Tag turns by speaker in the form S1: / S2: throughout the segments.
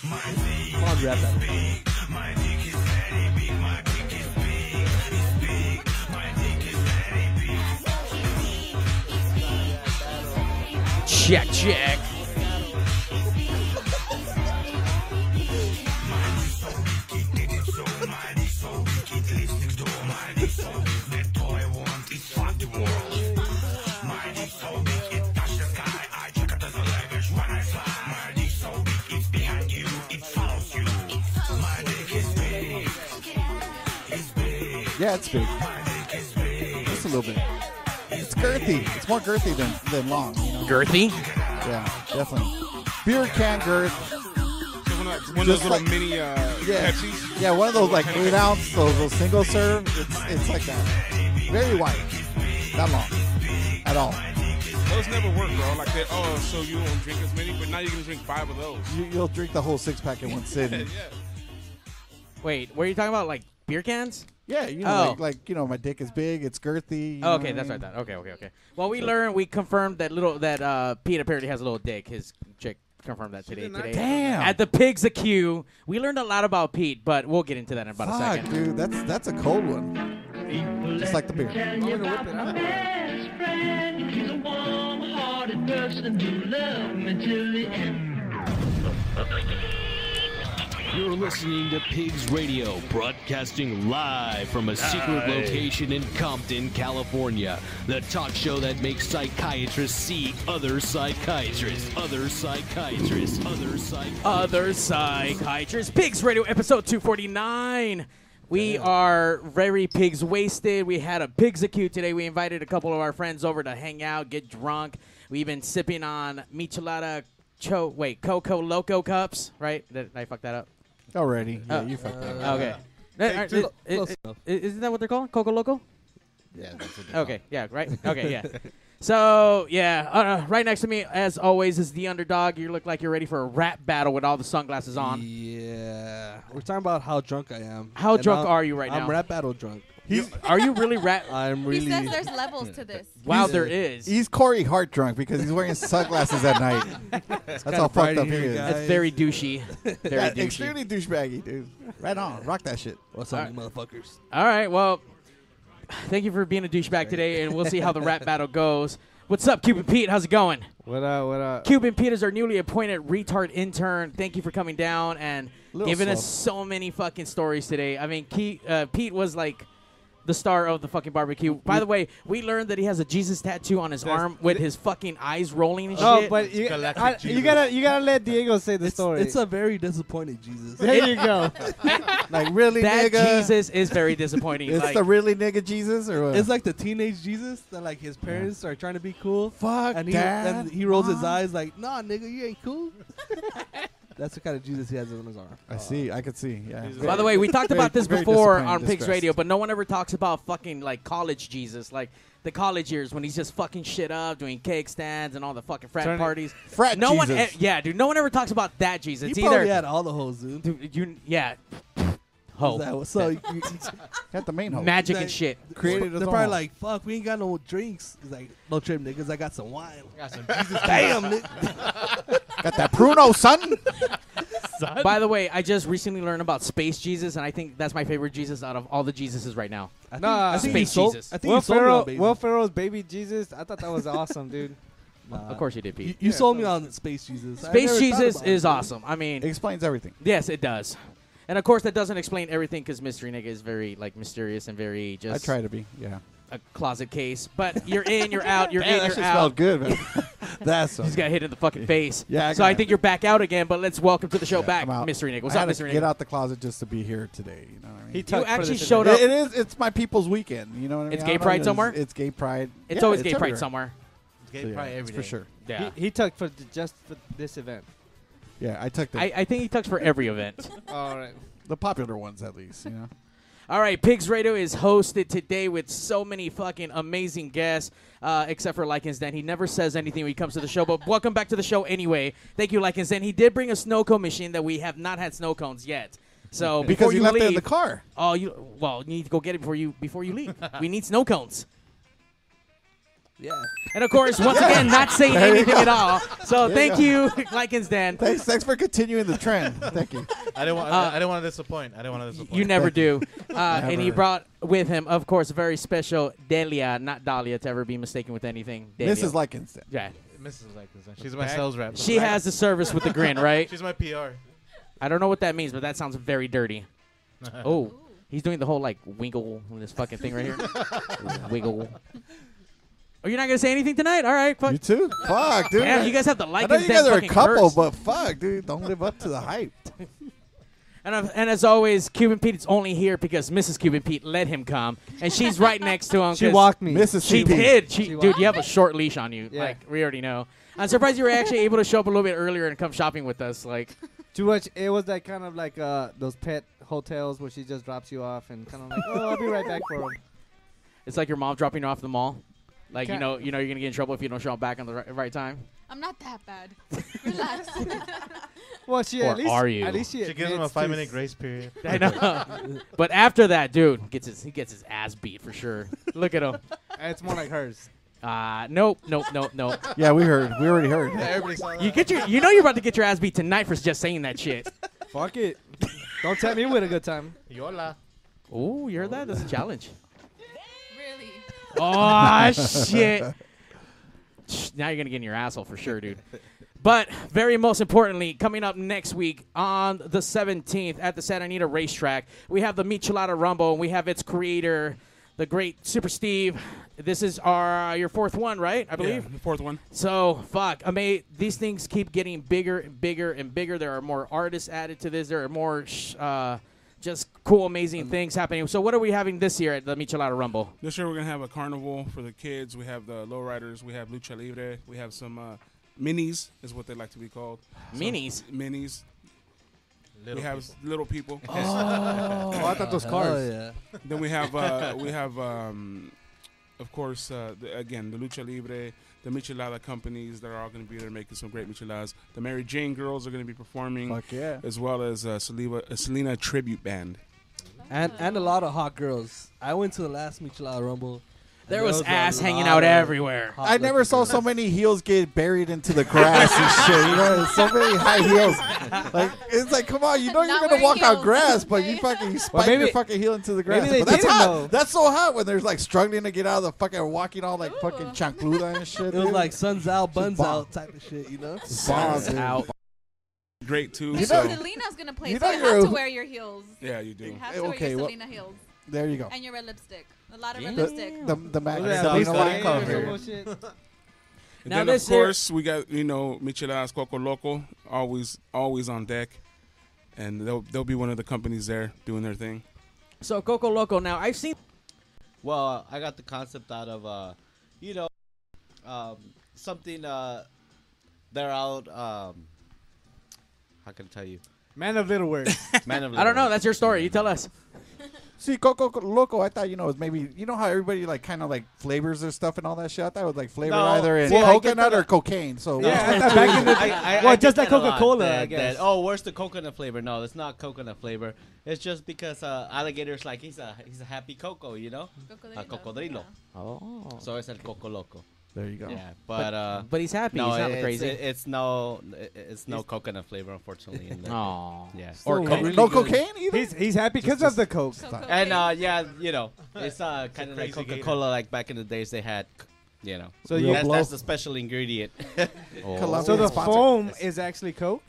S1: Come on, grab that. Check, check.
S2: Yeah, it's big. Just a little bit. It's girthy. It's more girthy than, than long. You know?
S1: Girthy?
S2: Yeah, definitely. Beer can girth.
S3: So one of, one of those
S2: Just
S3: little
S2: like-
S3: mini uh,
S2: Yeah,
S3: Pepsis.
S2: yeah. One of those like eight ounce, those, those single serve. It's, it's like that. Very white. Not long at all.
S3: Those never work, bro. Like that. Oh, so you don't drink as many, but now you can drink five of those.
S2: You, you'll drink the whole six pack in one
S3: Yeah,
S2: sitting.
S1: Wait, what are you talking about? Like beer cans?
S2: Yeah, you know,
S1: Oh.
S2: like, like you know, my dick is big. It's girthy. you
S1: Oh,
S2: know
S1: okay,
S2: what I
S1: that's
S2: mean?
S1: right. That okay, okay, okay. Well, we learned, we confirmed that little that uh, Pete apparently has a little dick. His chick confirmed that today.
S3: did not
S1: today.
S2: Damn.
S1: At the pigs a Q, we learned a lot about Pete, but we'll get into that in about a
S2: Fuck,
S1: second.
S2: dude, that's that's a cold one. Just like the beer.
S3: I'm gonna whip it out.
S4: best friend. He's a warm-hearted person who loved me till the end.
S5: You're listening to Pigs Radio, broadcasting live from a secret location in Compton, California. The talk show that makes psychiatrists see other psychiatrists, other psychiatrists, other psychiatrists.
S1: Other psychiatrist, Pigs Radio, episode two forty nine. We are very pigs wasted. We had a pigs a Q today. We invited a couple of our friends over to hang out, get drunk. We've been sipping on michelada, cho wait, coco loco cups. Right? Did I fuck that up?
S2: Already. Yeah,
S1: Oh.
S2: you fucked that.
S1: Okay. That- are-
S6: two.
S1: i- i-
S6: Close
S1: i-
S6: enough.
S1: isn't that what they're called? Coco Loco?
S6: Yeah, that's what they call
S1: Okay. Yeah. Right. Okay. Yeah. So yeah, uh, right next to me, as always, is the underdog. You look like you're ready for a rap battle with all the sunglasses
S6: it.
S1: on.
S6: Yeah, we're talking about how drunk I am.
S1: How
S6: And
S1: drunk
S6: I'm-
S1: are you right
S6: I'm
S1: now?
S6: rap battle drunk.
S2: He's
S1: Are you really rap?
S6: I'm
S7: He
S6: really.
S7: says there's levels to this.
S1: wow,
S6: he's-
S1: there is.
S2: he's Corey Hart drunk because he's wearing sunglasses at night. That's how fucked
S6: Friday
S2: up he
S6: here,
S2: is.
S6: guys.
S1: That's very douchey. Very
S2: Yeah,
S1: douchey.
S2: extremely douchebaggy, dude. Right on, rock that shit.
S6: What's up, you motherfuckers?
S1: All right. Well, thank you for being a douchebag today, and we'll see how the rap battle goes. What's up, Cupid Pete? How's it going?
S6: What up? What up?
S1: Cuban Pete is our newly appointed retard intern. Thank you for coming down and
S2: Little
S1: giving
S2: slow.
S1: us so many fucking stories today. I mean, Ke- uh, Pete was like the star of the fucking barbecue. By the way, we learned that he has a Jesus tattoo on his arm with his fucking eyes rolling and
S8: Oh,
S1: shit.
S8: but you,
S3: Galactic
S8: I- you
S3: Jesus.
S8: gotta you gotta let Diego say the
S6: It's,
S8: story.
S6: it's a very disappointed Jesus.
S8: there you go.
S2: Like really,
S1: that
S2: nigga.
S1: Jesus is very disappointing.
S2: It's
S1: like,
S2: the really nigga Jesus or what?
S6: It's like the teenage Jesus that like his parents are trying to be cool.
S2: fuck
S6: and he
S2: dad,
S6: and he rolls his
S2: Mom.
S6: eyes like, "Nah, nigga, you ain't cool." That's the kind of Jesus he has on his arm.
S2: I see. I could see. Yeah.
S3: He's
S1: by the way, we talked
S2: Very-
S1: about this
S2: very
S1: before
S2: disappointing,
S1: on Pigs
S2: distressed.
S1: Radio, but no one ever talks about fucking like college Jesus, like the college years when he's just fucking shit up, doing cake stands and all the fucking frat
S8: Turn it-
S1: parties.
S2: Frat
S1: no one,
S2: Jesus.
S1: e- yeah, dude. No one ever talks about that Jesus.
S6: He
S1: It's
S6: probably
S1: either
S6: had all the hoes, dude.
S1: Dude, you yeah.
S6: He's
S1: Ho.
S6: like, "What's up?" You- you-
S2: Got the main hoe.
S1: Magic
S6: Like-
S1: and shit.
S2: created his own
S6: They're probably
S2: hoe.
S6: like, "Fuck, we ain't got no drinks." He's like, "No trip, niggas. I got some wine." Damn, nigga.
S2: got that Pruno son.
S1: By the way, I just recently learned about Space Jesus, and I think that's my favorite Jesus out of all the Jesuses right now.
S6: I think,
S8: Nah,
S6: I think you
S1: Space
S6: sold,
S1: Jesus.
S6: I think
S8: Will
S6: you sold me
S8: Ferrell,
S6: on baby.
S8: Will Ferrell's baby Jesus. I thought that was awesome, dude.
S6: Nah.
S1: Of course you did,
S6: you,
S1: Pete.
S6: you sold me on Space Jesus. I never
S1: Space
S6: thought
S1: Jesus
S6: about it.
S1: is uh, awesome. I mean,
S2: Explains everything.
S1: yes, it does. And of course, that doesn't explain everything because Mystery Nigga is very like mysterious and very
S2: I
S1: just
S2: try to be. Yeah.
S1: a closet case. But you're in, you're out, you're in,
S2: that shit
S1: you're
S2: smelled
S1: out.
S2: good, man. That's
S1: He's got hit in the fucking face.
S2: Yeah, I
S1: so I
S2: got-
S1: think you're back out again. But let's welcome to the show
S2: Yeah, I'm
S1: back,
S2: out.
S1: Mystery Nigga. What's
S2: I
S1: up,
S2: had to
S1: Mystery
S2: Get
S1: Nigga?
S2: out the closet just to be here today. You know what I mean?
S8: He
S1: You
S8: tucked for
S1: actually
S8: this
S1: showed
S8: event.
S1: up.
S2: It- it is. It's my people's weekend. You know what I mean?
S1: It's
S2: I
S1: gay
S2: don't know,
S1: pride
S2: you know,
S1: somewhere?
S2: It's, it's gay pride.
S1: It's
S2: Yeah,
S1: always gay pride
S2: everywhere.
S1: somewhere.
S8: Gay
S2: Yeah,
S8: pride
S2: it's
S8: every
S2: for
S8: day.
S2: sure.
S1: Yeah.
S8: He, he took for the, just for this event.
S2: Yeah, I took the,
S1: I, I think he tucks for every event.
S8: All right.
S2: the popular ones at least. You know,
S1: All right, Pigs Radio is hosted today with so many fucking amazing guests, uh, except for Lycans Den. He never says anything when he comes to the show, but welcome back to the show anyway. Thank you, Lycans Den. He did bring a snow cone machine that we have not had snow cones yet. So before
S2: because he
S1: you
S2: left
S1: leave,
S2: it in the car.
S1: Oh, you well, you need to go get it before you before you leave. we need snow cones.
S6: Yeah.
S1: And of course, once again, not saying
S2: There you
S1: anything
S2: go.
S1: at all. So
S2: you
S1: thank
S2: go.
S1: you, Lycans Dan.
S2: Thanks, thanks for continuing the trend. Thank you.
S7: I didn't want. I didn't want to disappoint. I didn't want to disappoint.
S1: Uh, You never do. Uh, and he
S2: Never.
S1: brought with him, of course, very special Delia, not Dahlia, to ever be mistaken with anything. Delia.
S2: Mrs. Likens.
S1: Yeah.
S7: Mrs. Lexington. She's my sales rep.
S1: She has the service with the grin, right?
S7: She's my PR.
S1: I don't know what that means, but that sounds very dirty. Oh, he's doing the whole like wiggle on this fucking thing right here. wiggle. Oh, you're not gonna say anything tonight? All right, fuck.
S2: You too? Fuck, dude.
S1: Damn, you guys have the like.
S2: I know you guys are a couple, but fuck, dude. Don't live up to the hype.
S1: And, uh, and as always, Cuban Pete is only here because Mrs. Cuban Pete let him come, and she's right next to him.
S8: She
S1: 'cause
S8: walked me.
S2: Mrs.
S1: She
S2: CP.
S1: did. She,
S8: She
S1: dude, you have a short leash on you.
S8: Yeah.
S1: Like we already know. I'm surprised you were actually able to show up a little bit earlier and come shopping with us. Like
S8: Too much. It was like kind of like uh, those pet hotels where she just drops you off and kind of like, oh, I'll be right back for 'em."
S1: it's like your mom dropping you off at the mall. Like you
S8: Ca-
S1: know, you know, you're gonna get in trouble if you don't show up back on the right, right time.
S9: I'm not that bad. Relax.
S8: Well, she
S1: Or
S8: at least
S1: are you?
S8: At least she,
S7: She gives him
S8: admits
S7: a
S8: to
S7: five minute
S8: s-
S7: grace period.
S1: I know. but after that, dude gets his he gets his ass beat for sure. Look at him.
S8: It's more like hers.
S1: Uh nope, nope, nope, nope.
S2: Yeah, we heard. We already heard.
S7: Yeah, everybody saw that.
S1: You get your, you know, you're about to get your ass beat tonight for just saying that shit.
S8: Fuck it. Don't tempt me with a good time.
S7: Yola.
S1: Ooh, you heard that? That's a challenge.
S9: really?
S1: Oh shit! Sh- Now you're gonna get in your asshole for sure, dude. But very most importantly, coming up next week on the 17th at the Santa Anita Racetrack, we have the Michelada Rumble, and we have its creator, the great Super Steve. This is our your fourth one, right? I believe.
S3: the fourth one.
S1: So fuck, I mean, these things keep getting bigger and bigger and bigger. There are more artists added to this. There are more sh- uh, just cool, amazing things happening. So what are we having this year at the Michelada Rumble?
S3: This year we're gonna have a carnival for the kids. We have the lowriders. We have lucha libre. We have some uh, minis, is what they like to be called.
S1: Minis.
S3: Minis.
S7: Little
S3: we have
S7: people.
S3: little people.
S6: Oh, I thought those
S8: cars.
S6: yeah.
S3: then we have uh, we have um, of course uh, the, again the lucha libre, the michelada companies. They're all gonna be there making some great micheladas. The Mary Jane girls are gonna be performing,
S2: Fuck yeah.
S3: as well as uh, Selena, a Selena tribute band.
S6: And and a lot of hot girls. I went to the last Michelada Rumble. and
S1: There was
S6: a
S1: ass hanging out
S6: lot of
S1: everywhere.
S6: hot
S2: I never
S6: looking
S2: saw
S6: girls.
S2: so many heels get buried into the grass and shit. You know, so many high heels. Like it's like, come on, you know
S9: Not
S2: you're gonna
S9: wearing
S2: walk on
S9: heels,
S2: grass, but you
S9: okay?
S2: fucking you spike
S8: maybe-
S2: your fucking heel into the grass.
S8: maybe they
S2: But that's
S8: didn't
S2: hot.
S8: know.
S2: That's so hot when they're like struggling to get out of the fucking walking all like fucking
S9: Ooh.
S2: chancluda and shit.
S6: It was
S2: dude.
S6: like suns out, buns
S2: bomb.
S6: out type of shit, you know?
S2: Bomb,
S1: Balls
S2: dude.
S1: out.
S3: Great too.
S2: You
S3: so,
S2: know-
S9: Selena's gonna play,
S2: You
S9: so
S2: know
S9: you
S2: you're
S9: have to
S2: a-
S9: wear your heels.
S3: yeah, you do.
S9: You have to
S2: Okay,
S9: wear your
S2: well-
S9: Selena heels
S2: There you go.
S9: and your red lipstick. A lot of red
S1: Yeah.
S9: lipstick.
S2: The the mag-
S7: Yeah,
S2: the
S7: please
S2: Lena
S7: don't
S2: Lang
S7: cover.
S2: cover.
S8: Bullshit.
S3: And
S1: Now
S3: then
S1: this
S3: of
S1: here-
S3: course we got you know Micheladas Coco Loco always always on deck, and they'll they'll be one of the companies there doing their thing.
S1: So Coco Loco. Now I've seen.
S7: Well, I got the concept out of, uh, you know, um, something uh, they're out. Um, how can I tell you?
S8: Man of little words.
S7: Man of
S1: I don't know. That's your story. You tell us.
S2: See, Coco Loco, I thought you know it was maybe you know how everybody like kind of like flavors their stuff and all that shit. I thought it was like flavored
S7: No.
S2: either in
S7: Well, I get
S2: coconut
S7: that-
S2: or cocaine. So
S8: yeah, I thought back in the day. well, just like Coca Cola, I guess.
S7: oh, where's the coconut flavor? No, it's not coconut flavor. It's just because uh, alligator's like he's a he's a happy coco, you know.
S9: Cocodrilo.
S7: cocodrilo.
S1: Oh.
S7: So it's el coco loco.
S2: there you go.
S7: Yeah, but uh,
S1: But he's happy.
S7: no,
S1: he's not
S7: it's,
S1: crazy.
S7: it- it's no, it- it's no coconut flavor, unfortunately. in there.
S1: Aw.
S7: Yeah.
S1: Or
S2: No,
S1: Coke.
S2: no cocaine either.
S8: He's he's happy because of the coke.
S9: Yeah. Cocodrilo.
S7: And uh, yeah, you know, it's uh, kind of like
S3: crazy
S7: Coca
S3: gator.
S7: Cola, like back in the days they had, you know.
S8: So
S2: Real
S8: you Oh.
S7: That's,
S2: blow.
S7: that's the special ingredient. Oh.
S2: Colombia
S8: so the
S2: sponsor.
S8: foam is actually coke.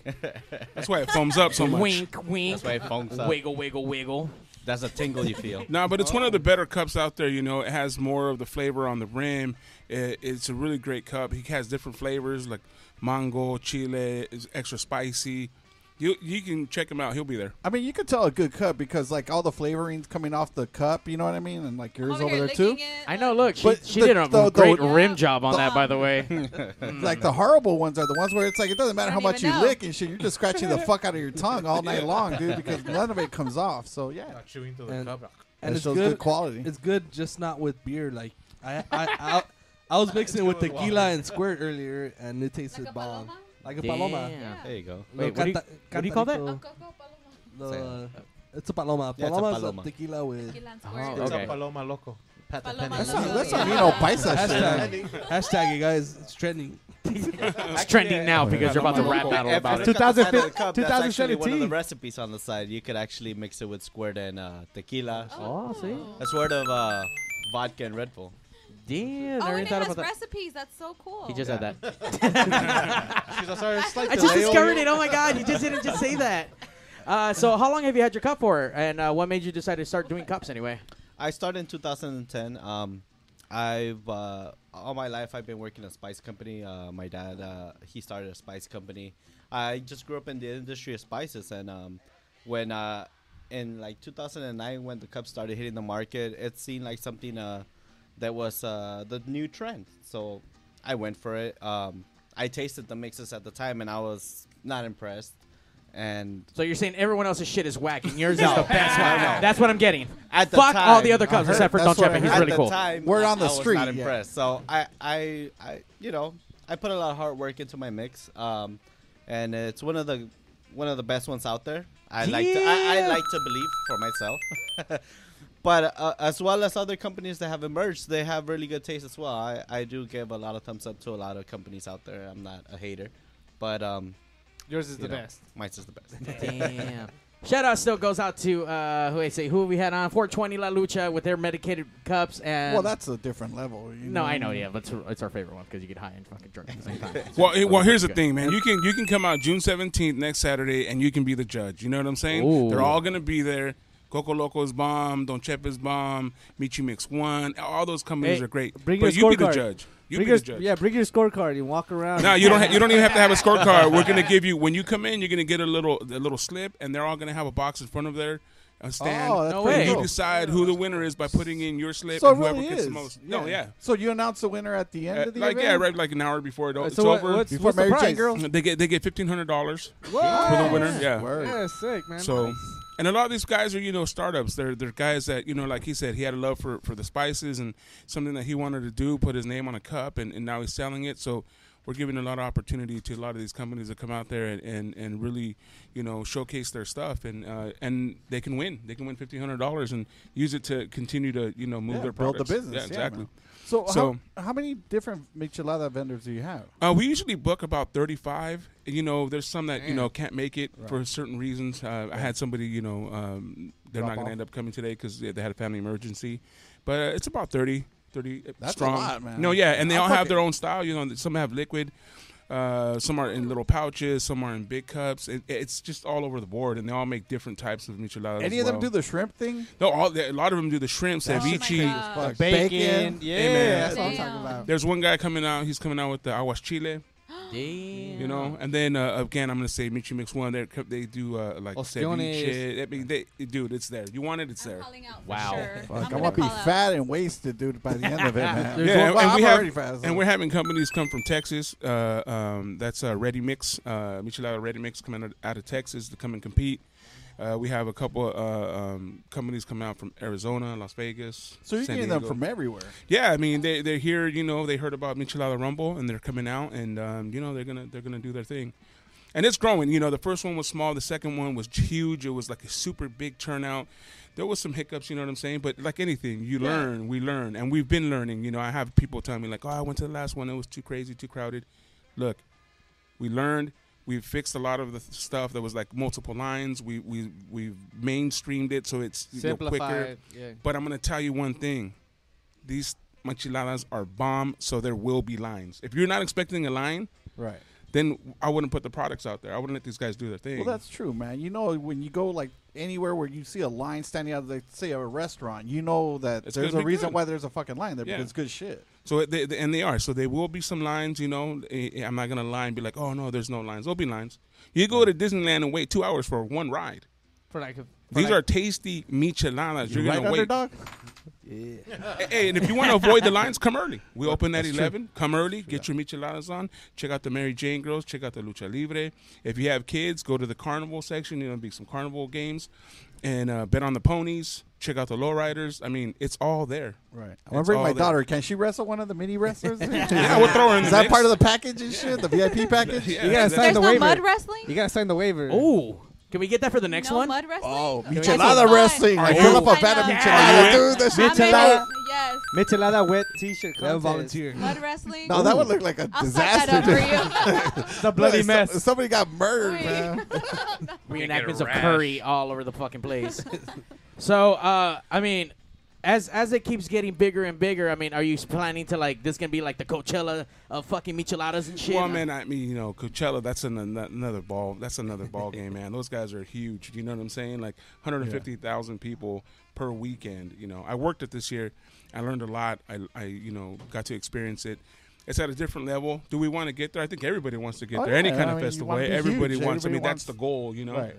S3: That's why it foams up so much.
S1: wink, wink.
S7: That's why it foams up.
S1: Wiggle, wiggle, wiggle.
S7: That's a tingle you feel.
S3: Nah, but it's one
S1: Oh.
S3: of the better cups out there. You know, it has more of the flavor on the rim. It, it's a really great cup. He has different flavors like mango, chile, it's extra spicy. You you can check him out. He'll be there.
S2: I mean, you could tell a good cup because like all the flavorings coming off the cup. You know what I mean? And like
S9: I'm
S2: yours
S9: over
S2: over
S9: here
S2: there too.
S9: licking it,
S1: I know.
S9: like-
S1: Look, she,
S2: But
S1: she
S2: the-
S1: did a
S2: the- the-
S1: great uh,
S9: Yeah.
S1: rim job on that, by the way. Mm.
S2: Like the horrible ones are the ones where it's like it doesn't matter
S9: I
S2: how
S9: don't
S2: much you
S9: even know.
S2: lick and shit. You're just scratching the fuck out of your tongue all night long, dude, because none of it comes off. So yeah,
S7: Chewing through
S6: And-
S7: cup.
S6: And
S2: it
S6: it's
S2: shows
S6: good,
S2: good, quality.
S6: It's good just not with beer. Like I I I, I was mixing it with tequila and squirt earlier and it tasted
S9: Like a
S6: bomb.
S9: paloma?
S6: Like a paloma.
S1: Damn.
S9: Yeah.
S7: There you go.
S1: Wait, what do you-
S6: Canta-
S1: what do you call that?
S9: A
S6: Cantarito,
S9: coco paloma.
S6: the- it's a paloma.
S7: Yeah, it's a
S6: Paloma is a
S7: paloma.
S6: tequila with
S9: Tequila and
S1: Oh,
S9: squirt.
S1: okay.
S7: Paloma loco. Pat the
S9: Paloma
S7: penny.
S9: That's
S2: That's not,
S9: not-
S2: that's not me no paisa shit.
S6: Hashtag, hashtag, you guys. It's trending.
S1: It's trending now because you're about to rap battle
S7: If
S1: about
S7: you
S1: it.
S7: look on the side of the
S8: 2015
S7: cup, that's actually one of the
S8: 2017.
S7: recipes on the side. You could actually mix it with squirt and uh, tequila.
S1: Oh, see?
S7: A squirt of uh, vodka and Red Bull.
S1: Damn,
S9: Oh,
S1: I
S9: and
S1: never
S9: it
S1: thought
S9: has
S1: about that.
S9: recipes. That's so cool.
S1: He just had that.
S7: Because I started
S1: I just discovered it. Oh my god, you just didn't just say that. Uh, so how long have you had your cup for, and uh, what made you decide to start doing cups anyway?
S7: I started in 2010. Um, I've uh, all my life I've been working at a spice company. Uh, my dad uh, he started a spice company. I just grew up in the industry of spices, and um, when uh, in like 2009 when the cup started hitting the market, it seemed like something uh, that was uh, the new trend. So I went for it. Um, I tasted the mixes at the time, and I was not impressed. And
S1: So you're saying everyone else's shit is whack and yours is
S7: No.
S1: the best
S7: No,
S1: one.
S7: no.
S1: That's what I'm getting.
S7: At the
S1: Fuck all
S7: time,
S1: the other
S7: I
S1: cups
S2: heard-
S1: except for Don
S2: that's what I
S1: Chepe. He's
S7: at
S1: really
S7: the
S1: cool.
S7: time,
S2: We're on the
S7: I was
S2: street,
S7: not
S2: yeah.
S7: impressed. So I, I, I, you know, I put a lot of hard work into my mix, um, and it's one of the one of the best ones out there. I like to, I, I
S1: Yeah.
S7: like to believe for myself. but uh, as well as other companies that have emerged, they have really good taste as well. I, I do give a lot of thumbs up to a lot of companies out there. I'm not a hater, but um,
S8: Yours is
S7: you
S8: the
S7: know,
S8: best.
S7: Mine's is the best.
S1: Damn. Shout out still goes out to uh, who I say who we had on 420 La Lucha with their medicated cups and
S2: Well, that's a different level. You
S1: no
S2: know?
S1: I know yeah but it's, it's our favorite one because you get high and fucking drunk at the same time.
S3: Well, it, well, here's the
S1: Good.
S3: thing, man. You can you can come out June 17th next Saturday, and you can be the judge. You know what I'm saying?
S1: Ooh.
S3: They're all gonna be there. Coco Loco's bomb, Don Chepe's bomb, Michi Mix One. All those companies
S8: Hey,
S3: are great.
S8: bring
S3: but
S8: your
S3: you be the
S8: scorecard.
S3: judge. You
S8: bring
S3: be
S8: your,
S3: the judge.
S8: Yeah, bring your scorecard and walk around.
S3: No, you don't. Ha- you don't even have to have a scorecard. We're gonna give you when you come in. You're gonna get a little a little slip, and they're all gonna have a box in front of their a stand.
S2: Oh, that's
S1: No
S2: pretty
S1: way.
S3: and you
S2: cool.
S3: decide who the winner is by putting in your slip
S2: So it
S3: and whoever
S2: really
S3: gets
S2: is.
S3: the most. No, yeah.
S2: So you announce the winner at the end
S3: Uh,
S2: of the
S3: like yeah,
S2: event?
S3: right, like an hour before it, o-
S8: Uh,
S3: it's
S8: so what-
S3: over.
S8: what's-
S2: Before
S8: what's the
S2: Mary Jane
S8: prize?
S2: Girl?
S3: they get they get fifteen hundred dollars.
S8: What?
S3: For the winner, yeah.
S2: Word.
S8: Yeah, sick man.
S3: So, and a lot of these guys are you know startups. They're they're guys that you know, like he said, he had a love for for the spices and something that he wanted to do. Put his name on a cup, and, and now he's selling it. So. We're giving a lot of opportunity to a lot of these companies to come out there and, and, and really, you know, showcase their stuff and uh, and they can win. They can win fifteen hundred dollars and use it to continue to you know move
S2: Yeah,
S3: their
S2: build the
S3: products.
S2: business,
S3: Yeah,
S2: yeah,
S3: exactly.
S2: man. So,
S3: So-
S2: how, how many different michelada vendors do you have?
S3: Uh, we usually book about 35. You know, there's some that, you know, can't make it for certain reasons. Uh, I had somebody, you know, um, they're
S2: Drop
S3: not going
S2: off.
S3: to end up coming today because they had a family emergency. But uh, it's about 30, 30
S2: That's a
S3: strong.
S2: lot, man.
S3: No, yeah, and they
S2: I'll
S3: all
S2: fuck
S3: have their
S2: it.
S3: own style. You know, some have liquid. Uh, some are in little pouches, some are in big cups. It, it's just all over the board, and they all make different types of micheladas.
S2: Any
S3: as
S2: of them
S3: well.
S2: do the shrimp thing?
S3: No, all a lot of them do the shrimp,
S9: Oh my
S3: ceviche.
S9: God.
S2: Fuck,
S7: Bacon,
S2: Yeah,
S7: yeah.
S2: that's what I'm
S9: Damn.
S2: talking about.
S3: There's one guy coming out. He's coming out with the aguas chile.
S1: Damn.
S3: You know, and then uh, again, I'm gonna say Michi Mix One. They they do uh, like
S8: Ostiones.
S3: ceviche. I mean, they, dude, it's there. You want it, it's
S9: I'm
S3: there.
S9: calling out for
S1: Wow.
S9: sure.
S2: Fuck, I
S9: gonna
S2: want to be
S9: call out.
S2: fat and wasted, dude, by the end of it, man.
S8: There's
S3: Yeah,
S2: Well,
S3: and,
S2: I'm
S3: and we
S2: already
S3: have,
S2: fat. so-
S3: and we're having companies come from Texas. Uh, um, that's uh, Ready Mix, uh, Michelada Ready Mix, coming out- out of Texas to come and compete. Uh, we have a couple uh, um, companies come out from Arizona, Las Vegas.
S2: so you're
S3: San
S2: getting them
S3: Diego.
S2: from everywhere.
S3: Yeah, I mean they they're here. You know, they heard about Michelada Rumble, and they're coming out, and um, you know they're gonna they're gonna do their thing, and it's growing. You know, the first one was small, the second one was huge. It was like a super big turnout. There was some hiccups, you know what I'm saying? But like anything, you learn, we learn, and we've been learning. You know, I have people telling me like, "Oh, I went to the last one. It was too crazy, too crowded." Look, we learned. We fixed a lot of the th- stuff that was like multiple lines. We we we mainstreamed it so it's you know, quicker.
S8: Simplified. Yeah.
S3: But I'm gonna tell you one thing: these machiladas are bomb, so there will be lines. If you're not expecting a line,
S2: Right.
S3: then I wouldn't put the products out there. I wouldn't let these guys do their thing.
S2: Well, that's true, man. You know, when you go like anywhere where you see a line standing out, like say a restaurant, you know that
S3: It's
S2: there's
S3: gonna
S2: a
S3: be
S2: reason
S3: good.
S2: why there's a fucking line there
S3: Yeah.
S2: because it's good shit.
S3: so they, they- and they are. So there will be some lines. You know, Eh, eh, I'm not gonna lie and be like, "Oh no, there's no lines." There'll be lines. You go to Disneyland and wait two hours for one ride.
S8: For like a, for
S3: These
S8: like-
S3: are tasty micheladas. You're,
S2: right,
S3: gonna wait.
S2: underdog.
S3: Hey, and if you want to avoid the lines, come early. We open at 11. Come early. Get your micheladas on. Check out the Mary Jane girls. Check out the Lucha Libre. If you have kids, go to the carnival section. You know, be some carnival games. And uh, bet on the ponies. Check out the lowriders. I mean, it's all there.
S2: Right. I'm
S3: all
S2: gonna bring
S3: there.
S2: my daughter. Can she wrestle one of the mini wrestlers?
S3: Yeah, we'll throw her in
S2: Is
S3: the
S2: that
S3: mix.
S2: part of the package and shit? The VIP package?
S3: Yeah,
S8: You gotta
S3: that-
S8: sign
S9: There's
S8: the
S9: no
S8: waiver.
S9: mud wrestling.
S8: You gotta sign the waiver.
S1: Ooh. Can we get that for the next
S9: no
S1: one? Oh,
S9: mad wrestling.
S2: Oh,
S9: That's
S2: michelada
S9: fun.
S2: wrestling.
S9: I
S2: I pull
S9: know.
S2: up a bad
S9: I know.
S2: michelada,
S9: Yeah.
S2: dude. This
S9: I'm in
S2: michelada.
S9: it. Yes.
S8: Michelada wet T-shirt.
S6: That
S8: Contest.
S6: volunteer.
S9: Mud wrestling.
S2: No, that would look like a
S9: I'll set that
S2: disaster.
S9: up for you.
S2: dude.
S8: It's a bloody
S2: If some-
S8: mess.
S2: if somebody got murdered,
S9: Wait.
S2: man.
S3: get a
S1: reenactments of
S3: rash.
S1: curry all over the fucking place. so, uh, I mean, as as it keeps getting bigger and bigger, I mean, are you planning to like this? Gonna be like the Coachella of fucking micheladas and shit.
S3: Well, man, I mean, you know, Coachella. That's an, an- another ball. That's another ball game, man. Those guys are huge. You know what I'm saying? Like 150,000 people per weekend. You know, I worked it this year. I learned a lot. I, I, you know, got to experience it. It's at a different level. Do we want to get there? I think everybody wants to get
S2: Oh,
S3: there. Any
S2: yeah.
S3: kind
S2: I
S3: of
S2: mean, you
S3: festival,
S2: wanna be
S3: everybody
S2: huge.
S3: wants. I mean,
S2: Everybody wants-
S3: that's the goal. You know.
S2: Right.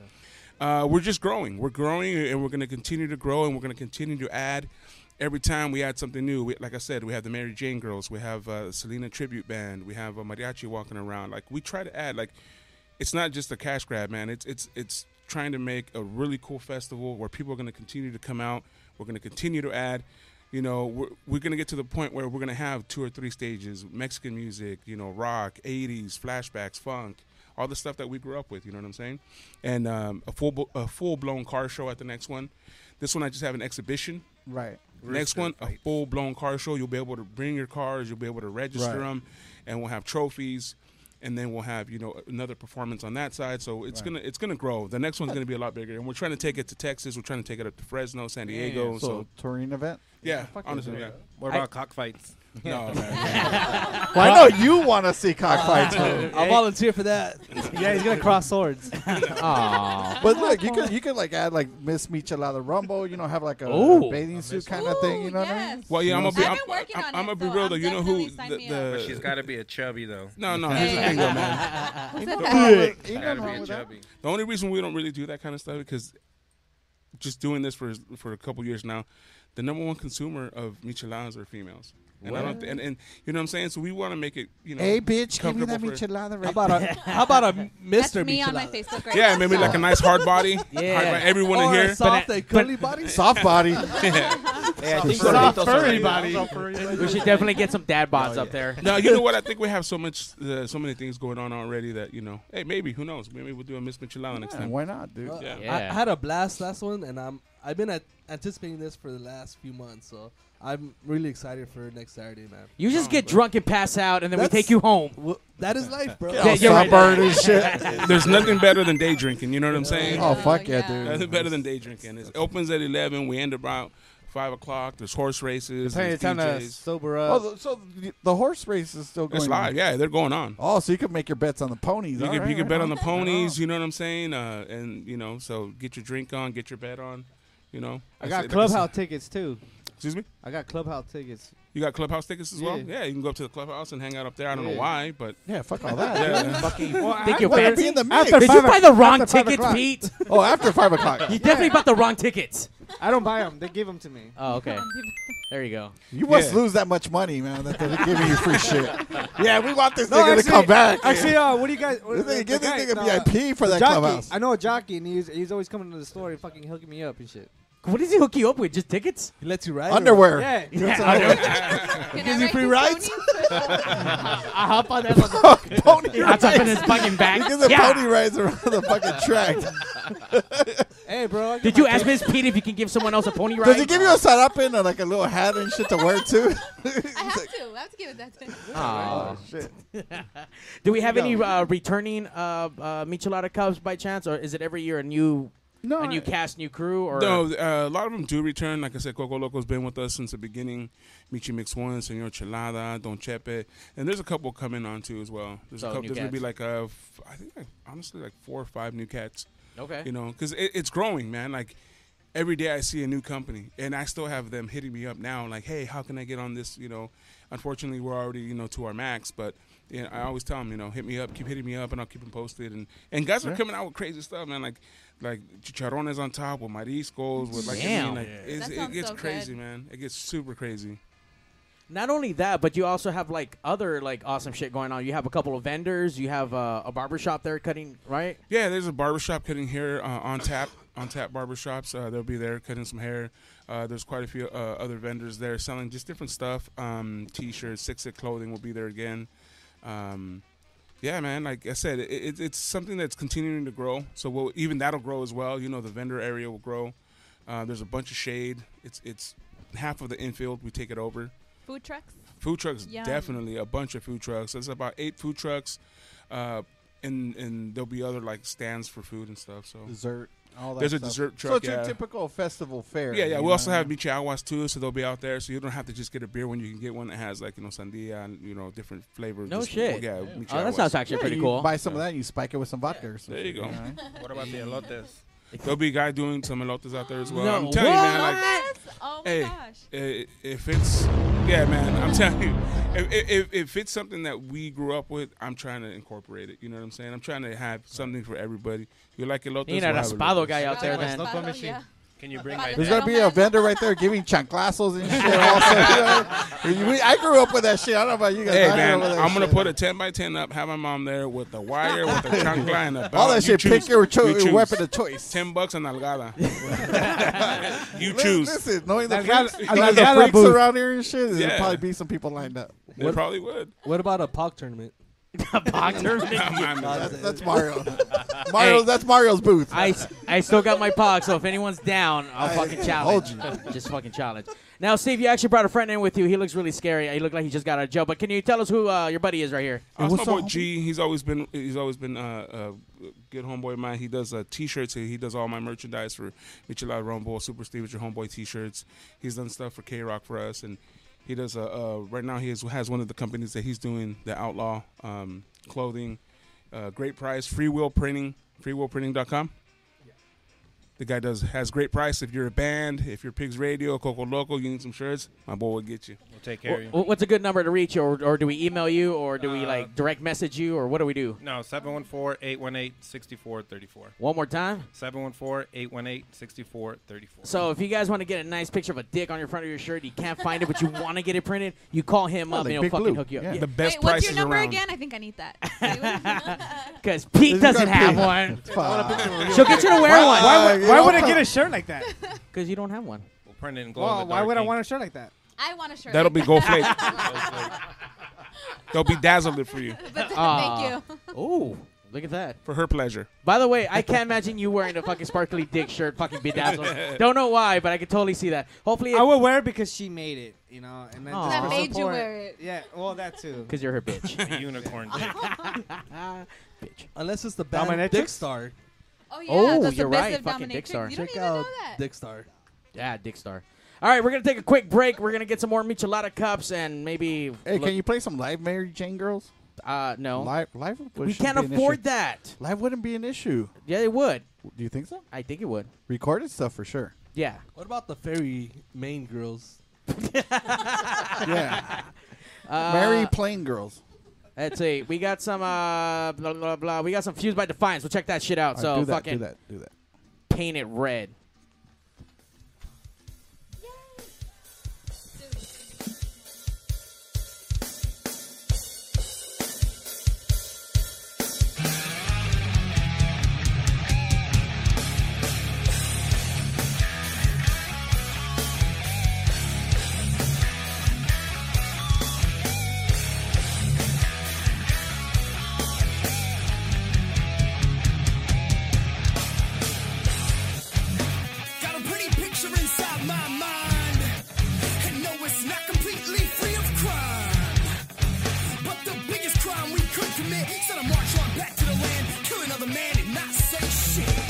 S3: Uh, we're just growing. We're growing, and we're going to continue to grow, and we're going to continue to add. Every time we add something new, we, like I said, we have the Mary Jane Girls, we have uh, Selena tribute band, we have a mariachi walking around. Like we try to add. Like it's not just a cash grab, man. It's it's it's trying to make a really cool festival where people are going to continue to come out. We're going to continue to add. You know, we're, we're going to get to the point where we're going to have two or three stages: Mexican music, you know, rock, '80s, flashbacks, funk, all the stuff that we grew up with. You know what I'm saying? And um, a full a full blown car show at the next one. This one I just have an exhibition.
S2: Right.
S3: Next one, a full blown car show. You'll be able to bring your cars. You'll be able to register
S2: Right.
S3: them, and we'll have trophies, and then we'll have you know another performance on that side. So it's gonna it's gonna grow. The next one's gonna be a lot bigger, and we're trying to take it to Texas. We're trying to take it up to Fresno, San Diego.
S2: So,
S3: so,
S2: touring event.
S3: yeah, honestly, yeah.
S7: What about cockfights?
S3: No, man.
S2: Well, I know you want to see
S3: Uh,
S2: cockfights, bro.
S6: I'll volunteer for that.
S8: Yeah, he's gonna cross swords.
S1: Aw.
S2: but look, you could you could like add like Miss Michelada Rumble. You know, have like a,
S1: Ooh.
S2: bathing suit kind of
S9: Ooh,
S2: thing. You know what I
S9: yes.
S2: mean?
S3: well, yeah, I'm gonna be
S9: I've
S3: I'm,
S9: been working
S3: I'm,
S9: on
S3: I'm
S9: it,
S3: gonna be
S9: so
S3: real
S9: I'm
S3: though. You know who
S9: definitely sign
S3: the,
S9: me
S3: the
S9: up.
S10: She's got to be a chubby though.
S3: no no. Here's the thing though, man.
S2: Ain't nothing
S10: Got to
S2: wrong
S10: be a
S2: with that.
S10: chubby.
S3: The only reason we don't really do that kind of stuff because just doing this for for a couple years now, the number one consumer of micheladas are females, and I don't th- and, and you know what I'm saying. So we want to make it you know.
S2: Hey, bitch, give
S3: Comfortable
S2: me that
S3: for-
S2: michelada
S6: How
S2: right
S6: about a How about a
S9: That's
S6: Mister
S9: me on my
S6: Michelada?
S9: Facebook right
S3: yeah,
S9: now.
S3: maybe like a nice hard body.
S1: Yeah.
S3: Hard body. Everyone in
S6: Or a
S3: here.
S6: soft
S1: Bana-
S6: and curly body?
S2: Soft body.
S7: Hey, I think
S2: Soft
S7: Doritos are
S2: furry
S7: right.
S2: body.
S1: we should definitely get some dad bods
S3: Oh,
S1: up there.
S3: No, you know what? I think we have so much, uh, so many things going on already that you know. Hey, maybe who knows? Maybe we'll do a Miss Michelada next
S2: Yeah,
S3: time.
S2: why not, dude?
S6: Uh,
S3: Yeah.
S6: I, I had a blast last one, and I'm I've been at, anticipating this for the last few months, so I'm really excited for next Saturday, man.
S1: You just
S3: Oh,
S1: get drunk and pass out, and then we
S6: That's-
S1: take you home.
S6: Well, that is life, bro.
S1: Yeah,
S2: All
S1: you're right.
S2: sunburned and shit.
S3: There's nothing better than day drinking. You know what I'm saying?
S2: Oh fuck
S9: yeah.
S2: yeah, dude.
S3: Nothing better than day drinking. It opens at eleven. We end about five o'clock. There's horse races.
S8: Plenty
S3: There's
S8: of time to
S3: DJs.
S8: sober up.
S2: Oh, the- so the- the horse race is still going.
S3: It's
S2: on.
S3: live. Yeah, they're going on.
S2: Oh, so you can make your bets on the ponies.
S3: You
S2: All
S3: can,
S2: right,
S3: you can
S2: right
S3: bet on
S2: on.
S3: the ponies. You know what I'm saying? Uh, and you know, so get your drink on, get your bet on. You know,
S8: I
S3: That's
S8: got
S3: it.
S8: clubhouse tickets too.
S3: Excuse me.
S8: I got clubhouse tickets.
S3: You got clubhouse tickets as well.
S8: Yeah.
S3: Yeah. you can go up to the clubhouse and hang out up there. I don't know
S8: Yeah.
S3: why, but
S2: Yeah, fuck all that.
S3: yeah.
S1: Think you're
S2: Well, it'd be
S1: fancy?
S2: in the
S8: After
S2: mix.
S1: Did you
S8: five
S1: buy the
S8: o'clock-
S1: wrong
S8: after five
S1: tickets,
S8: o'clock.
S1: Pete?
S2: Oh, after five o'clock.
S1: You definitely bought the wrong tickets.
S8: I don't buy them. They give them to me.
S1: Oh, okay. There you go.
S2: You must
S3: Yeah.
S2: lose that much money, man. That they're giving you free shit. Yeah, we want this
S8: No,
S2: nigga to
S8: actually-
S2: come back.
S8: Actually, uh, what do you guys? What,
S2: This
S8: the
S2: nigga, give this
S8: guy-
S2: nigga
S8: the-
S2: VIP for that
S8: jockey.
S2: clubhouse.
S8: I know a jockey, and he's he's always coming to the store and fucking hooking me up and shit.
S1: What does he hook you up with? Just tickets?
S6: He lets you ride. or-
S2: Underwear.
S8: Yeah.
S9: Can
S6: Gives
S9: I
S6: you
S9: write
S6: free
S9: this
S6: rides?
S1: I hop on that. mother-
S2: pony
S1: That's up in
S2: rides.
S1: his fucking back.
S2: Because the
S1: Yeah.
S2: pony rides around the fucking track.
S8: hey, bro. I got
S1: Did
S8: my
S1: you ask
S8: ticket.
S1: Miss Pete if you can give someone else a pony ride?
S2: Does he give you a sarape and uh, like a little hat and shit to wear too?
S9: I have to. I have to give it that to
S1: Aw.
S2: shit.
S1: Do we have any uh, returning uh, uh, Michelada Cubs by chance, or is it every year a new
S2: No,
S1: a new cast, new crew? Or
S3: no, uh, a lot of them do return. Like I said, Coco Loco's been with us since the beginning. Michi Mix One, Senor Chilada, Don Chepe, and there's a couple coming on too as well. There's
S1: So,
S3: a couple.
S1: new
S3: There's gonna be like
S1: cats.
S3: a, f- I think like, honestly like four or five new cats.
S1: okay,
S3: you know because it, it's growing man like every day i see a new company and i still have them hitting me up now like hey how can i get on this you know unfortunately we're already you know to our max but you know, i always tell them you know hit me up keep hitting me up and i'll keep them posted and and guys are coming out with crazy stuff man like like chicharrones on top with mariscos with like, I
S1: Damn.
S3: mean, like it's,
S9: That
S3: it
S9: sounds
S3: gets
S9: so
S3: crazy
S9: good.
S3: man it gets super crazy
S1: not only that, but you also have like other like awesome shit going on. You have a couple of vendors. You have uh, a barber shop there cutting right.
S3: Yeah, there's a barbershop cutting hair uh, on tap. On tap barbershops, uh, they'll be there cutting some hair. Uh, there's quite a few uh, other vendors there selling just different stuff. Um, t-shirts, six six clothing will be there again. Um, yeah, man. Like I said, it, it, it's something that's continuing to grow. So we'll, even that'll grow as well. You know, the vendor area will grow. Uh, there's a bunch of shade. It's it's half of the infield. We take it over.
S9: Food trucks.
S3: Food trucks,
S9: Yum.
S3: definitely a bunch of food trucks. There's about eight food trucks, uh, and and there'll be other like stands for food and stuff. So
S2: dessert. All that
S3: There's a
S2: stuff.
S3: dessert
S2: So
S3: truck,
S2: it's your
S3: yeah.
S2: typical festival fair.
S3: yeah, yeah.
S2: you
S3: We also
S2: know?
S3: have michiaguas too, so they'll be out there. So you don't have to just get a beer when you can get one that has like you know sandia and you know different flavors.
S1: No
S3: Just-
S1: shit.
S3: Yeah,
S1: Oh, that
S3: michiaguas.
S1: sounds actually
S2: Yeah,
S1: pretty
S2: you
S1: cool.
S2: Buy some of that and you spike it with some vodka or something.
S3: There you go.
S10: What about the elotes?
S3: There'll be a guy doing some elotes out there as well.
S1: No,
S3: I'm telling you, man.
S1: what?
S3: Like,
S9: Oh my
S3: Hey,
S9: gosh.
S3: i- if it's yeah, man, I'm telling you, if, if if it's something that we grew up with, I'm trying to incorporate it. You know what I'm saying? I'm trying to have something for everybody. You like elotes?
S1: You need an
S3: We'll have
S1: espado
S3: elotes.
S1: guy out there then.
S9: Espado,
S10: machine.
S9: yeah.
S10: Can you bring my
S2: There's gonna be a vendor right there giving chanclazos and shit. Also, you know? We- I grew up with that shit. I don't know about you guys.
S3: Hey
S2: I grew
S3: man,
S2: up with that
S3: I'm gonna
S2: shit.
S3: put a ten by ten up. Have my mom there with a wire, with a chancla, and a belt.
S2: all that
S3: You
S2: shit.
S3: choose.
S2: Pick your, cho-
S3: You choose.
S2: weapon of choice.
S3: Ten bucks and algada. you choose.
S2: Listen, knowing the
S8: Algada-
S2: freaks, knowing the
S8: Algada
S2: freaks
S8: booth.
S2: around here and shit, there'll
S3: Yeah.
S2: probably be some people lined up.
S3: They probably would.
S6: What about a POG tournament?
S3: I'm- I'm-
S2: That's, that's Mario. Mario, that's Mario's booth.
S1: I, s- I still got my pog, so if anyone's down, I'll
S2: I
S1: fucking challenge.
S2: told
S1: Just fucking challenge. Now, Steve, you actually brought a friend in with you. He looks really scary. He looked like he just got out of jail. But can you tell us who uh, your buddy is right here?
S3: That's
S2: what's
S3: my
S2: up,
S3: boy G. He's always been he's always been a, a good homeboy of mine. He does uh, t-shirts. He he does all my merchandise for Michelada Rumble, Super Steve with your homeboy t-shirts. He's done stuff for K Rock for us, and he does uh, uh right now he is, has one of the companies that he's doing the Outlaw um, clothing. Uh, great price, free will printing, freewillprinting.com. The guy does has great price. If you're a band, if you're Pigs Radio, Coco Loco, you need some shirts, my boy will get you.
S10: We'll take care of
S1: Wh-
S10: you.
S1: wh- What's a good number to reach, or, or do we email you, or do we
S10: Uh,
S1: like direct message you, or what do we do?
S10: No, 714-818-6434.
S1: One more time.
S10: 714-818-6434.
S1: So if you guys want to get a nice picture of a dick on your front of your shirt, you can't find it, but you want to get it printed, you call him up
S2: like
S1: and he'll
S2: Big
S1: fucking
S2: Blue.
S1: hook you up.
S2: Yeah.
S1: Yeah.
S3: The best
S9: Wait, what's
S3: prices
S9: your number
S3: around.
S9: again? I think I need that. Wait, what-
S1: Because Pete
S2: You got
S1: doesn't have
S2: Pete.
S1: one.
S2: Fuck.
S1: She'll get you to wear one.
S2: Why would-
S8: Why would I get a shirt like that?
S1: Because you don't have one.
S10: We'll print it and glow
S8: Well,
S10: in the
S8: Oh, why
S10: dark
S8: would I
S10: ink.
S8: want a shirt like that?
S9: I want a shirt.
S3: That'll be
S9: like
S3: Gold Flake.
S10: Like,
S3: They'll be dazzled it for you
S9: that.
S1: Aw.
S9: Thank you.
S1: Oh, look at that.
S3: for her pleasure.
S1: By the way, I can't imagine you wearing a fucking sparkly dick shirt, fucking bedazzled. Don't know why, but I could totally see that. Hopefully,
S8: I would wear it because she made it, you know, and then
S1: Aw.
S8: just
S1: That
S8: for
S9: made you
S8: support.
S9: wear it.
S8: Yeah, well, that too.
S1: because you're her bitch.
S10: a unicorn dick.
S1: bitch.
S6: Unless it's the band
S8: Dominatrix?
S6: Dick Star.
S9: Oh yeah,
S1: Oh,
S9: that's
S1: you're
S9: the best
S1: right,
S9: of
S1: fucking
S9: dominatrix.
S1: Dixar.
S9: You don't
S6: Check
S9: even know
S6: out
S9: that.
S6: Dick Star.
S1: Yeah, dick star. All right, we're gonna take a quick break. We're gonna get some more michelada cups and maybe.
S2: Hey,
S1: look-
S2: can you play some live Mary Jane girls?
S1: Uh, no,
S2: Live, live.
S1: we can't afford that.
S2: Live wouldn't be an issue.
S1: Yeah, it would.
S2: Do you think so?
S1: I think it would.
S2: Recorded stuff for sure.
S1: Yeah.
S6: What about the fairy main girls?
S2: Yeah,
S1: Uh,
S2: Mary Plain girls.
S1: Let's see. We got some. Uh, blah blah blah. We got some fused by defiance. We'll check that shit out.
S2: All right,
S1: so
S2: do that,
S1: fucking
S2: do that, do that.
S1: paint it red.
S11: Got a pretty picture inside my mind. And no, it's not completely free of crime. But the biggest crime we could commit is to march on back to the land, kill another man, and not say shit.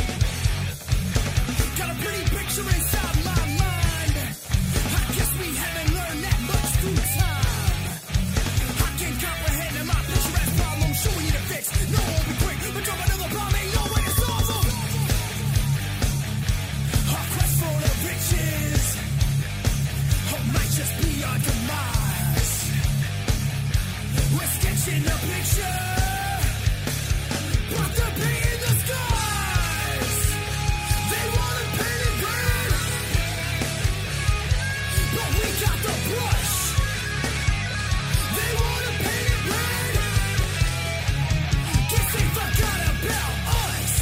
S11: Got a pretty picture inside my mind. I guess we haven't learned that much through time. I can't comprehend that my picturesque problem. Sure, we need a fix. No one will be quick. But drop another bomb, ain't no way to solve 'em. Our quest for the riches oh, might just be our demise. We're sketching a picture, but they're painting the skies. They want to paint it red, but we got the brush. They want to paint it red. Guess they forgot about us.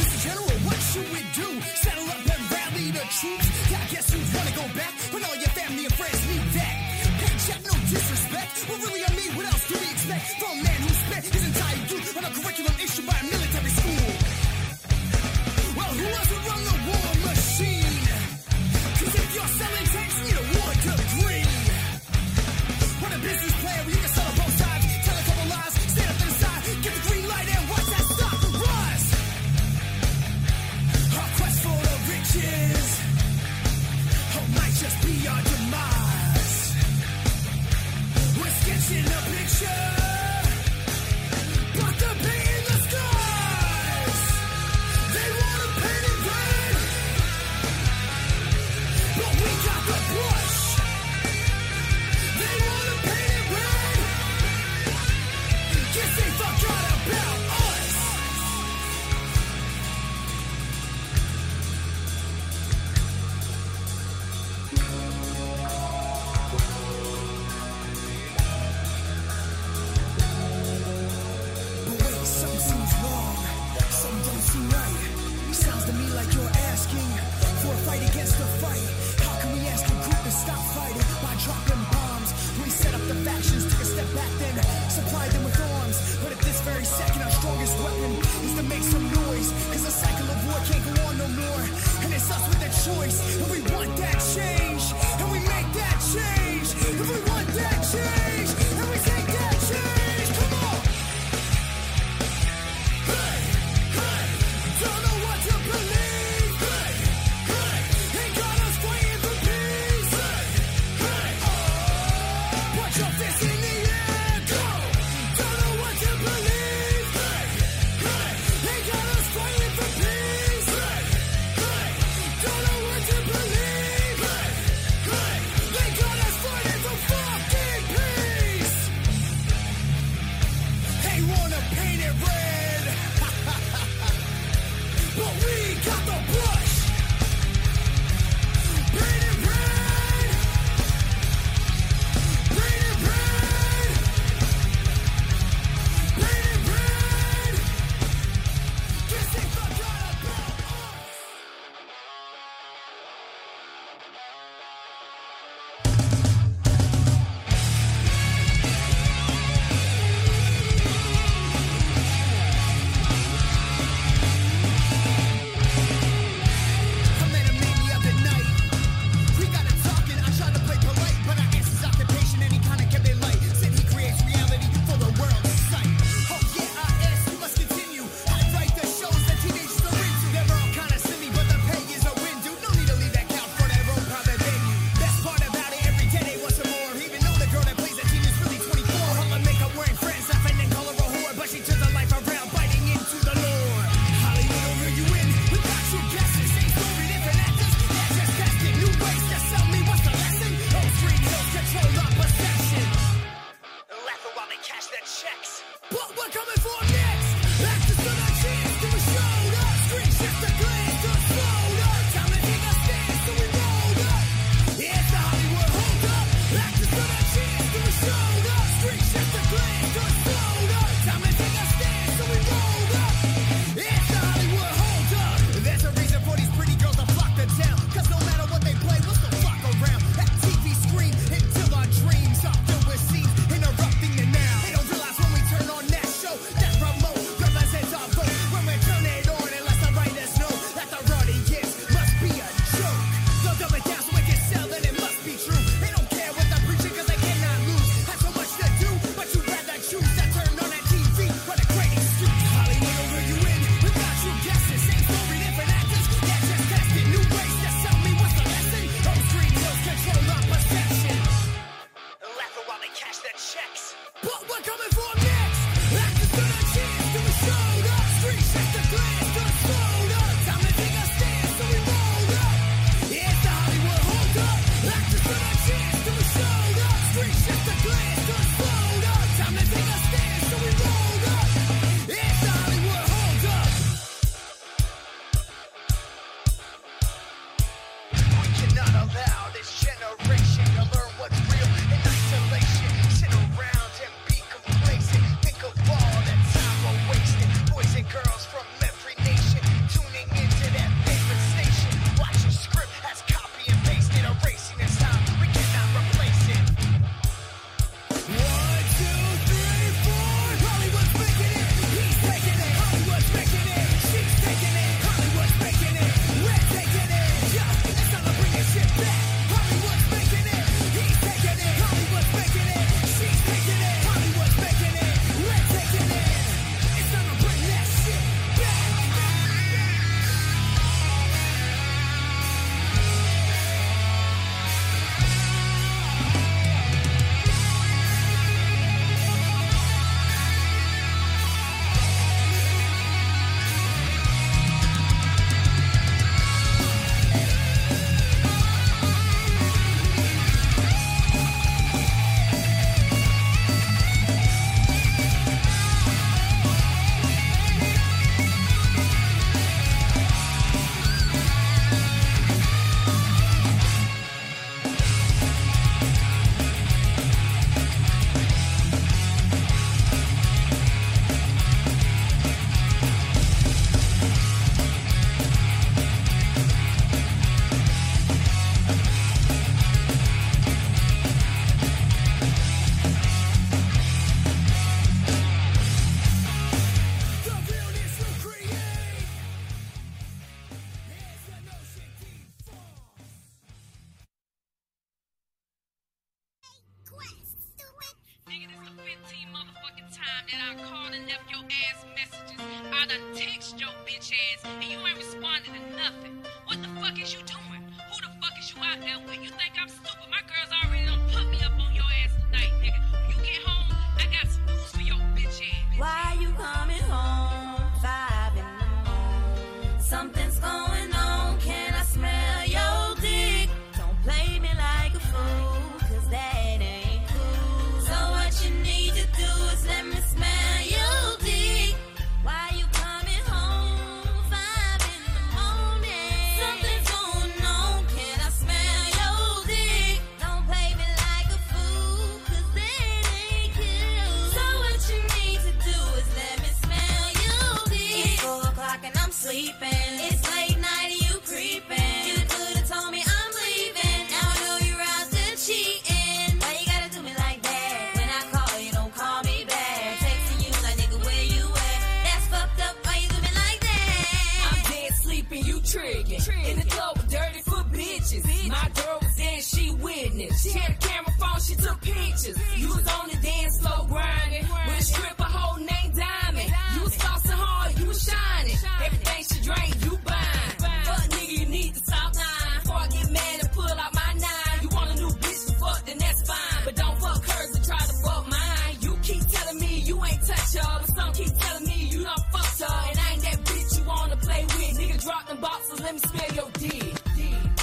S11: Mr. General, what should we do? Settle up and rally the troops? Yeah, I guess you wanna go back when all your family and friends need that. Well, really, I mean, what else do we expect from a man who spent his entire youth on a curriculum issued by a military school? Well, who else would run the war machine? Cause if you're selling tanks, you need a war degree. When a business plan where you can sell on both sides, tell a couple lies, stand up to the side, give the green light, and watch that stock rise. Our quest for the riches oh, might just be our demise. We're sketching a picture. but they're painting the skies. They want to paint it red, but we got the brush. They want to paint it red. Guess they forgot about us. But wait, something seems wrong. Something don't seem right. Sounds to me like you're asking for a fight against the fight. How can we ask a group to stop fighting by dropping bombs? We set up the factions, took a step back then, supplied them with arms. But at this very second, our strongest weapon is to make some noise. Cause the cycle of war can't go on no more. And it's us with a choice. And we want that change. And we make that change. If we want that change. And we take that change. Come on. Don't know what to believe. Hey, hey, ain't got us fighting for peace. Hey, hey, oh, put your fist in the air, go. Don't know what to believe. Hey, hey, ain't got us fighting for peace. Hey, hey, don't know what to believe. Hey, hey, ain't got us fighting for fucking peace. They wanna paint it red, but we got the brush. Paint it red, paint it red, paint it red. Guess they forgot about us.
S12: that I called and left your ass messages. I done text your bitch ass and you ain't responded to nothing. What the fuck is you doing? Who the fuck is you out there with? You think I'm stupid? My girls already done put me up on your ass tonight, nigga. You get home, I got some news for your bitch ass.
S13: Why you coming home? Five in the morning. Something's going on. Can I smell your dick? Don't play me like a fool, cause that ain't cool. So what you need to do is let me smell your dick. Why you coming home? Five in the morning. Something's going on. Can I smell your dick? Don't play me like a fool, cause that ain't cool. So what you need to do is let me smell your dick. It's four o'clock and I'm sleeping. It's late night and you creeping. You could have told me I'm leaving. Now I know you're out to cheating. Why you gotta do me like that? When I call, you don't call me back. Texting you like nigga, where you at? That's fucked up. Why you do me like that?
S14: I'm dead sleeping, you tricking. In the club with dirty foot bitches. My girl was there, she witnessed. She had a camera phone, she took pictures. You was on the dance floor grinding. With a stripper whole name Diamond. You was saucing hard, you was shining. Everything she drank, you buying. Fuck nigga, you need to stop lying. Before I get mad and pull out my nine. You want a new bitch to fuck, then that's fine. But don't fuck hers and try to fuck mine. You keep telling me you ain't touch her. But some keep telling me you done fucked her. And I ain't that bitch you wanna play with. Nigga, drop them boxes, let me smell your dick.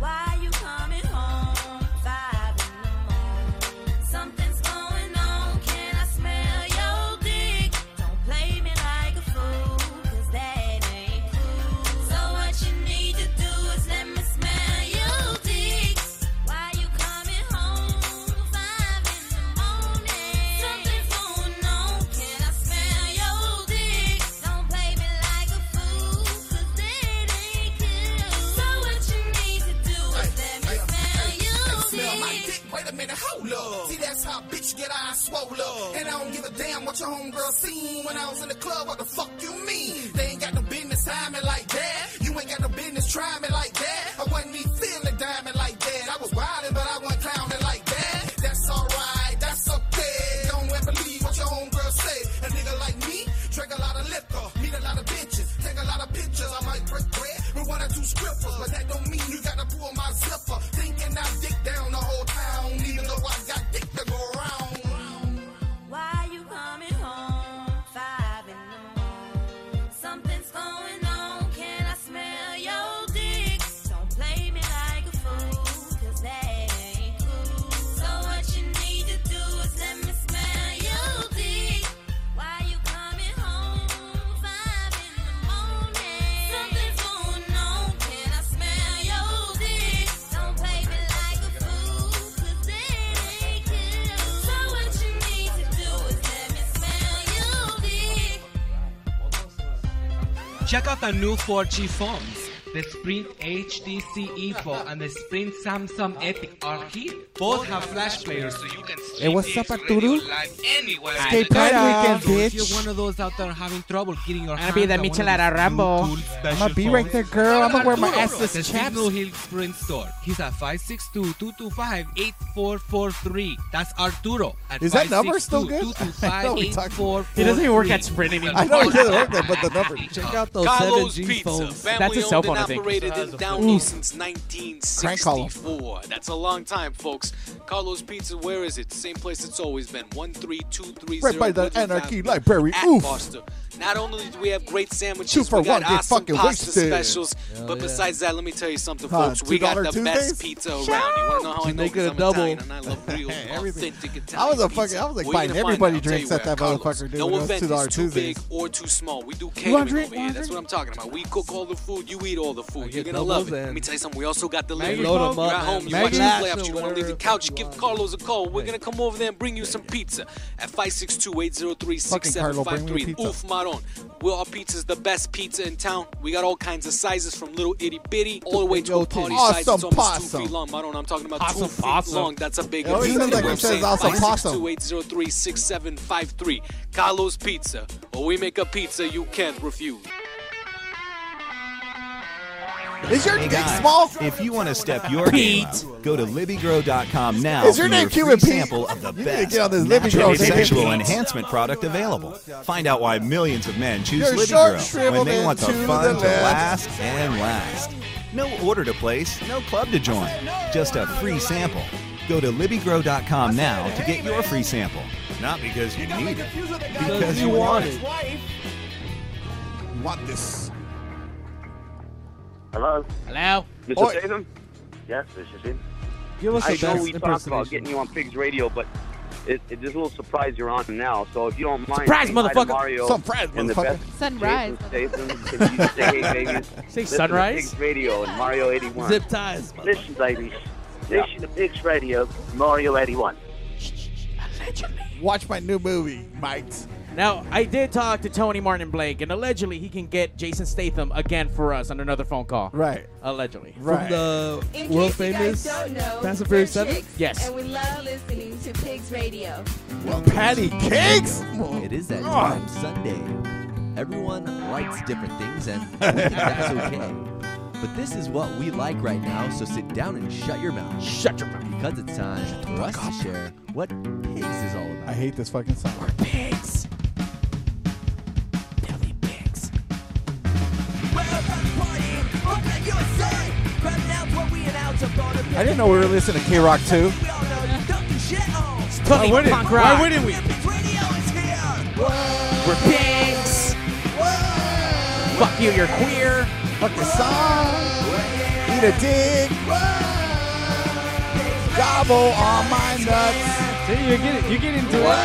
S13: Why you coming home? Five in the morning. Something's going on. Can I smell your dick? Don't play me like a fool, 'cause that ain't cool. So what you need to do is let me smell your dick. Why you coming home? Five in the morning. Something's going on. Can I smell your dick? Don't play me like a fool, 'cause that ain't cool. So what you need to do is let me smell your
S11: Hey, smell my
S13: dick.
S11: dick. Wait a minute, hold up. See, that's how bitch get eyes swole up. And I don't give a damn what your homegirl seen when I was in the club. What the fuck you mean? They ain't got no business time me like that. You ain't got no business trying me like that. I wasn't even feeling a diamond like that. I was wildin', but I wasn't clowning like that. That's alright, that's okay. Don't ever believe what your homegirl say. A nigga like me, drink a lot of liquor, meet a lot of bitches, take a lot of pictures. I might break bread with one or two strippers, but that don't mean you gotta pull my zipper. Thinking I dick down the whole town, even though I got dick to go around.
S13: Why you coming home? Five in the morning. Something's going on. Can I smell your dick? Don't play me like a fool, 'cause that ain't cool. So what you need to do is let me smell your dick. Why you coming home? Five in the morning. Something's going on. Can I smell your dick? Don't play me like a fool, 'cause that ain't cool. So what you need to do is let me smell your dick.
S15: Check out the new 4G phones. The Sprint HTC Evo E and the Sprint Samsung Epic are here. Both have flash players, so you can
S2: Hey, what's up, Arturo?
S15: anywhere.
S2: Stay pride
S15: So
S2: weekend,
S15: if you're
S2: bitch.
S15: one of those out there having trouble getting your
S1: I'll
S15: hands
S1: be the
S15: on one of
S1: Michelada
S15: these
S1: Rambo.
S15: Bluetooth special
S2: I'ma be right
S15: phones,
S2: there, girl. I'ma wear my
S15: Arturo,
S2: assless
S15: the
S2: chaps.
S15: Signal Hill Sprint store. He's at 562-225-8443. That's Arturo. At
S2: Is that number still good? I know we talked- He doesn't even work at Sprint anymore. I know he doesn't work there, but the number- Check out those
S16: Carlos
S2: 7G
S16: Pizza,
S2: phones. Mm.
S16: family
S2: That's a cell
S16: owned
S2: phone, I
S16: and
S2: think.
S16: operated in
S2: Ooh.
S16: Downey since
S2: Crank call 'em.
S16: 1964. That's a long time, folks. Carlos Pizza, where is it? Same place it's always been. One three two three zero.
S2: Right by the Anarchy Library.
S16: At
S2: Oof.
S16: Foster. Not only do we have great sandwiches,
S2: Two for
S16: we got
S2: one, get
S16: awesome
S2: fucking
S16: pasta
S2: wasted.
S16: specials.
S2: Hell
S16: but
S2: yeah.
S16: besides that, let me tell you something,
S2: Huh,
S16: folks. We got the
S2: $2 Tuesdays?
S16: best pizza around. You want to know how I
S2: Should
S16: know?
S2: make it
S16: 'Cause
S2: a
S16: I'm
S2: double.
S16: Italian and I love real, authentic Italian
S2: I was a
S16: pizza.
S2: fucking. I was like buying
S16: Where you gonna find
S2: everybody
S16: it? I'll tell
S2: drinks
S16: you
S2: at
S16: where,
S2: that
S16: Carlos.
S2: motherfucker dude.
S16: No
S2: when it was
S16: event
S2: two dollar
S16: is too
S2: Tuesdays.
S16: big or too small. We do
S2: You want
S16: catering
S2: drink?
S16: over here. That's what I'm talking about. We cook all the food. You eat all the food. You're gonna
S6: doubles
S16: love it. Let me tell you something. We also got the
S6: Maggie
S16: living room.
S6: load 'em up,
S16: You're at home.
S6: man.
S16: You watch the
S6: Maggie
S16: playoffs.
S6: lots
S16: You
S6: or
S16: want to leave the couch. Give Carlos a call. We're gonna come over there and bring you some pizza at
S2: Fucking Carlo, bring me
S16: 562-803-6753.
S2: pizza.
S16: Oof Maron. Well, our pizza's the best pizza in town. We got all kinds of sizes from little itty bitty all the way to a party size. It's
S2: Awesome
S16: almost
S2: possum.
S16: two feet long. Maron, I'm talking about
S2: Awesome
S16: two feet
S2: possum.
S16: long. That's a big
S2: It always sounds like
S16: We're
S2: it says
S16: saying
S2: awesome possum.
S16: 562-803-6753. Carlos Pizza. Or we make a pizza you can't refuse.
S2: Is your
S17: Hey,
S2: dick
S17: guys,
S2: small?
S17: If you want to step your game up, go to LibbyGrow.com now
S2: Is your
S17: for
S2: name
S17: your free
S2: Cuban Pete?
S17: sample of the
S2: You need to
S17: best
S2: get on this Libby
S17: natural
S2: Grow thing.
S17: sexual enhancement product available. Find out why millions of men choose
S2: Your
S17: Libby
S2: short
S17: Grow when
S2: shriveled
S17: they
S2: and
S17: want the
S2: to the
S17: fun to
S2: left.
S17: last and last. No order to place, no club to join, just a free sample. Go to LibbyGrow.com now to get your free sample. Not because you need it, because you want it.
S2: Want this?
S18: Hello.
S1: Hello.
S18: Mr.
S1: Oi.
S18: Tatum? Yes, this is him.
S8: Give us
S18: I
S8: the
S18: know
S8: best
S18: we talked about
S8: impersonation.
S18: getting you on Pigs Radio, but it, it, there's a little surprise you're on now. So if you don't mind,
S1: Surprise,
S18: say hi to
S1: motherfucker.
S18: Mario
S1: Surprise,
S18: and the
S1: motherfucker.
S18: best
S1: Sunrise,
S18: Jason Statham, can you say hey, babies?
S1: Say
S18: Listen to
S1: sunrise?
S18: Pigs Radio and Mario 81.
S1: Zip ties.
S18: Listen, babies. Listen to Pigs Radio, Mario 81.
S2: Watch my new movie, Mike.
S1: Now, I did talk to Tony Martin and Blake, and allegedly he can get Jason Statham again for us on another phone call.
S2: Right.
S1: Allegedly.
S6: From the
S9: In
S6: world
S9: case you guys
S6: famous
S9: don't know,
S6: Fast and
S9: we're
S6: Furious 7?
S9: chicks,
S1: Yes.
S9: And we love listening to Pigs Radio.
S2: Well, Patty Cakes.
S19: It is
S6: Ah.
S19: that
S3: Ah.
S2: God.
S19: time Sunday. Everyone likes different things, and we think that's okay. But this is what we like right now, so sit down and shut your mouth.
S1: Shut your mouth.
S19: Because it's time for us to share what pigs is all about.
S2: I hate this fucking song.
S1: Pigs. Billy Pigs.
S2: I didn't know we were listening to K Rock too.
S1: Why wouldn't- punk rock. why wouldn't
S2: we?
S1: We're pigs. Fuck you, you're queer.
S2: Fuck the song. Eat a dick. Gobble on my nuts.
S8: See, you get it. You get into
S2: it.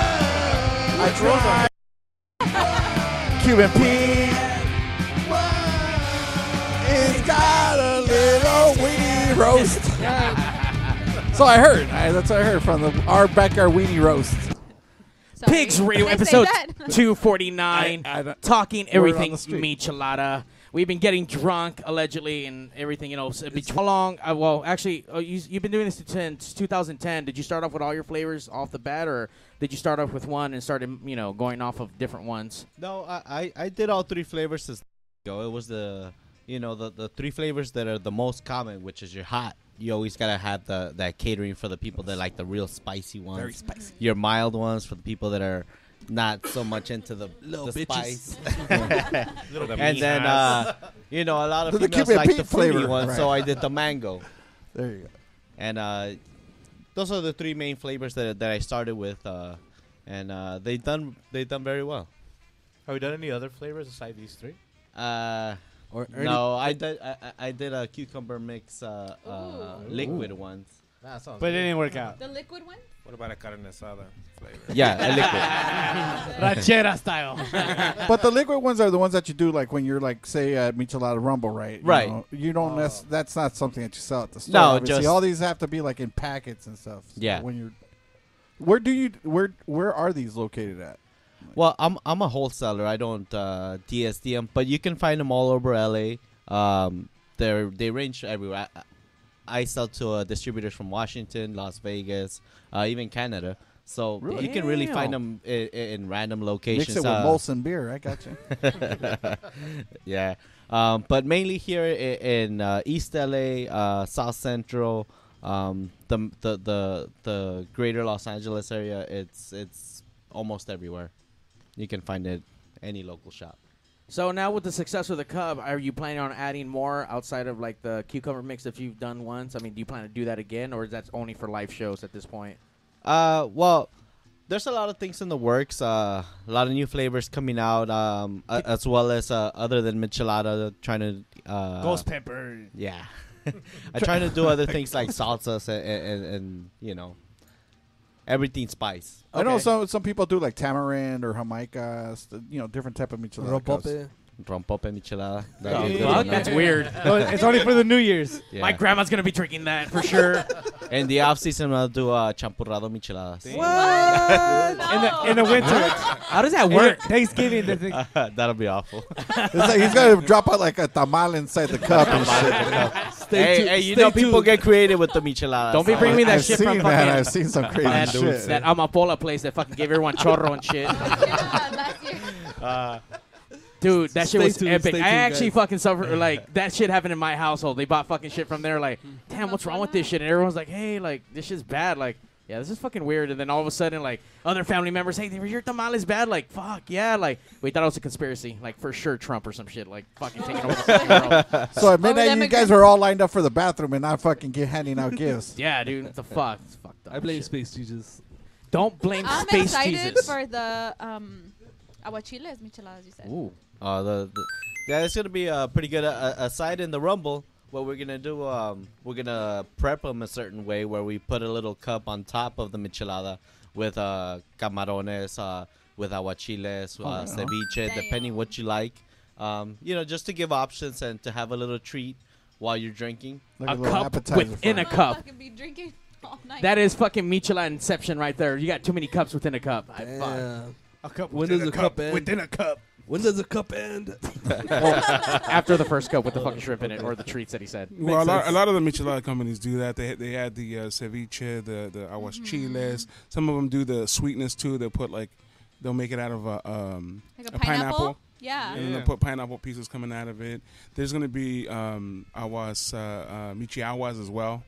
S2: I tried. Cuban Pete. It's got a little weenie roast. so I heard. I, that's what I heard from the, our backyard weenie roast.
S1: Pigs Radio
S2: Did I say
S1: episode
S2: that?
S1: 249.
S2: I- I don't-
S1: talking
S2: Word on
S1: everything
S2: the street.
S1: michelada. We've been getting drunk allegedly and everything else. It'd be- How long? Uh, well, actually, uh, you, you've been doing this since 2010. Did you start off with all your flavors off the bat, or did you start off with one and started, you know, going off of different ones?
S7: No, I, I, I did all three flavors as go. It was the you know the, the three flavors that are the most common, which is your hot. You always gotta have the that catering for the people that like the real spicy ones.
S19: Very spicy.
S7: Your mild ones for the people that are not so much into the,
S19: Little
S7: the
S19: bitches.
S7: spice.
S19: Little
S7: and then
S19: mijas.
S7: uh, you know a lot of
S19: The
S7: females
S19: Cuban
S7: like
S19: Pete
S7: the fruity
S19: flavor.
S7: ones, so
S19: Right.
S7: I did the mango.
S2: There you go.
S7: And uh, those are the three main flavors that that I started with, uh, and uh, they done they done very well.
S20: Have we done any other flavors aside these three?
S7: Uh,
S20: Or- or
S7: no,
S20: any-
S7: I did. I, I- I did a cucumber mix uh, uh,
S20: Ooh.
S7: liquid
S20: Ooh.
S7: ones.
S20: But it didn't work out.
S9: The liquid one?
S20: What about a carne asada flavor?
S7: Yeah, a liquid.
S20: Ranchera style.
S2: but the liquid ones are the ones that you do like when you're like say uh, Michelada Rumble, right? You
S7: Right.
S2: know, You
S1: Oh.
S2: don't. Nec- that's not something that you sell at the store.
S7: No,
S2: obviously.
S7: just-
S2: all these have to be like in packets and stuff. So
S7: Yeah.
S2: When you're, where do you where where are these located at?
S7: Well, I'm I'm a wholesaler. I don't uh, DSD 'em, but you can find them all over LA. Um, they they range everywhere. I, I sell to uh, distributors from Washington, Las Vegas, uh, even Canada. So you can really
S2: Damn.
S7: find them in, in random locations.
S2: Mix it with
S7: uh,
S2: Molson beer. I got you.
S7: yeah. Um, but mainly here in, in uh, East LA, uh, South Central, um, the, the the the greater Los Angeles area. It's it's almost everywhere. You can find it any local shop.
S1: So now with the success of the Cub, are you planning on adding more outside of like the cucumber mix that you've done once? I mean, do you plan to do that again, or is that only for live shows at this point?
S7: Uh, well, there's a lot of things in the works. Uh, a lot of new flavors coming out. Um, a- as well as uh, other than michelada, trying to uh,
S20: Ghost pepper.
S7: Yeah, I'm trying to do other things like salsas and, and, and, and you know everything spice.
S2: I know some some people do like tamarind or jamaica, st- you know, different type of Michelada. cups.
S7: Rompope
S1: Oh,
S7: michelada. That'd be a good
S1: fuck,
S7: one,
S1: that's
S7: huh?
S1: weird.
S7: New Year's.
S1: My grandma's gonna be drinking that for sure.
S7: In the off season, I'll do uh, champurrado micheladas.
S1: What?
S20: In the in the winter.
S1: How does that
S7: In the
S1: work?
S7: Thanksgiving, the thing- That'll be awful.
S2: It's like he's gonna drop out like a tamal inside the cup and shit.
S7: hey, hey, you know people get creative with the michelada.
S1: Don't be bringing me that shit from fucking.
S2: Uh, I've seen some crazy
S1: that,
S2: shit.
S1: That Amapola place that fucking gave everyone chorro and shit.
S9: yeah, last year.
S7: Uh,
S1: Dude, that shit
S6: Stay
S1: was
S6: tuned,
S1: epic.
S6: stay
S1: I
S6: tuned,
S1: actually
S6: guys.
S1: fucking suffered. Like that shit happened in my household. They bought fucking shit from there. Like, damn, what's wrong with this shit? And everyone's like, hey, like this shit's bad. Like, yeah, this is fucking weird. And then all of a sudden, like other family members, hey, they were your tamales bad. Like, fuck yeah. Like we thought it was a conspiracy. Like for sure, Trump or some shit. Like fucking taking over the fucking world.
S2: So at
S1: Oh,
S2: midnight,
S1: that
S2: you
S1: makes
S2: guys
S1: sense.
S2: were all lined up for the bathroom and not fucking get, handing out gifts.
S1: Yeah, dude, what the fuck? It's fucked up.
S6: I blame Space Jesus.
S1: Don't blame
S13: I'm
S1: Space
S13: excited
S1: Jesus.
S13: for the um, aguachiles, micheladas, you said.
S7: Uh, the, the yeah, it's gonna be a pretty good uh, uh, aside in the rumble. What we're gonna do, um, we're gonna prep them a certain way where we put a little cup on top of the michelada with uh, camarones, uh, with aguachiles,
S5: Oh,
S7: uh,
S5: yeah.
S7: ceviche, depending what you like. Um, you know, just to give options and to have a little treat while you're drinking.
S2: Like a A little cup appetizer
S1: within a cup.
S13: Fucking be drinking all night.
S1: That is fucking Michelin Inception right there. You got too many cups within a cup. I fuck.
S6: A cup when does a cup, end? Within a cup. When does a cup end?
S1: Well, after the first cup with the fucking shrimp in it or the treats that he said.
S3: Well, a lot, a lot of the michelada companies do that. They they add the uh, ceviche, the the
S13: Mm-hmm.
S3: aguachiles. Some of them do the sweetness too. They put like they'll make it out of a um
S13: Like a pineapple? Yeah.
S3: and then
S13: Yeah.
S3: they'll put pineapple pieces coming out of it. There's gonna be um aguas uh, uh, michiawas as well.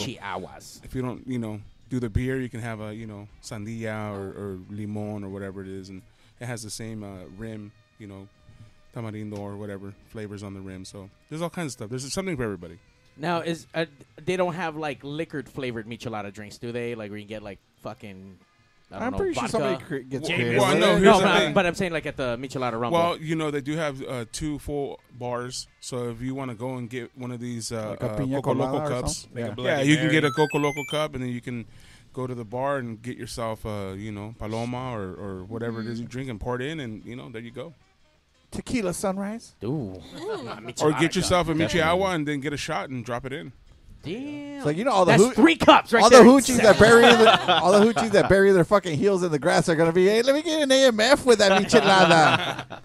S1: Michiawas.
S3: If you don't, you know, do the beer, you can have a you know sandia or, or limon or whatever it is, and it has the same uh, rim, you know, tamarindo or whatever flavors on the rim. So there's all kinds of stuff. There's something for everybody.
S1: Now is uh, they don't have like liquored flavored michelada drinks, do they? Like where you can get like fucking. I don't
S2: I'm
S1: know,
S2: pretty sure
S1: vodka.
S2: somebody cre- gets
S1: Well,
S2: creative
S1: well,
S2: with
S1: no, no,
S2: it. Here's the
S1: but, I-
S2: thing.
S1: but I'm saying like at the michelada rumble.
S3: Well, you know they do have uh, two full bars, so if you want to go and get one of these uh,
S2: Like a
S3: uh,
S2: piña
S3: Coco
S2: colada
S3: Loco
S2: or
S3: cups,
S2: something?
S3: yeah,
S2: Like a Bloody
S3: you can
S2: Mary.
S3: get a Coco Loco cup, and then you can go to the bar and get yourself, uh, you know, paloma or, or whatever
S2: Mm.
S3: it is you drink and pour it in, and you know, there you go.
S2: Tequila sunrise.
S1: Ooh.
S3: Or get yourself a michiawa and then get a shot and drop it in.
S1: Damn.
S2: So you know all the
S3: That's
S2: hoo-
S3: three cups right
S2: all
S3: there.
S2: the hoochies that bury the, all the hoochies that
S3: Exactly.
S2: bury their fucking heels in the grass are gonna be. Hey, let me get an AMF with that michelada.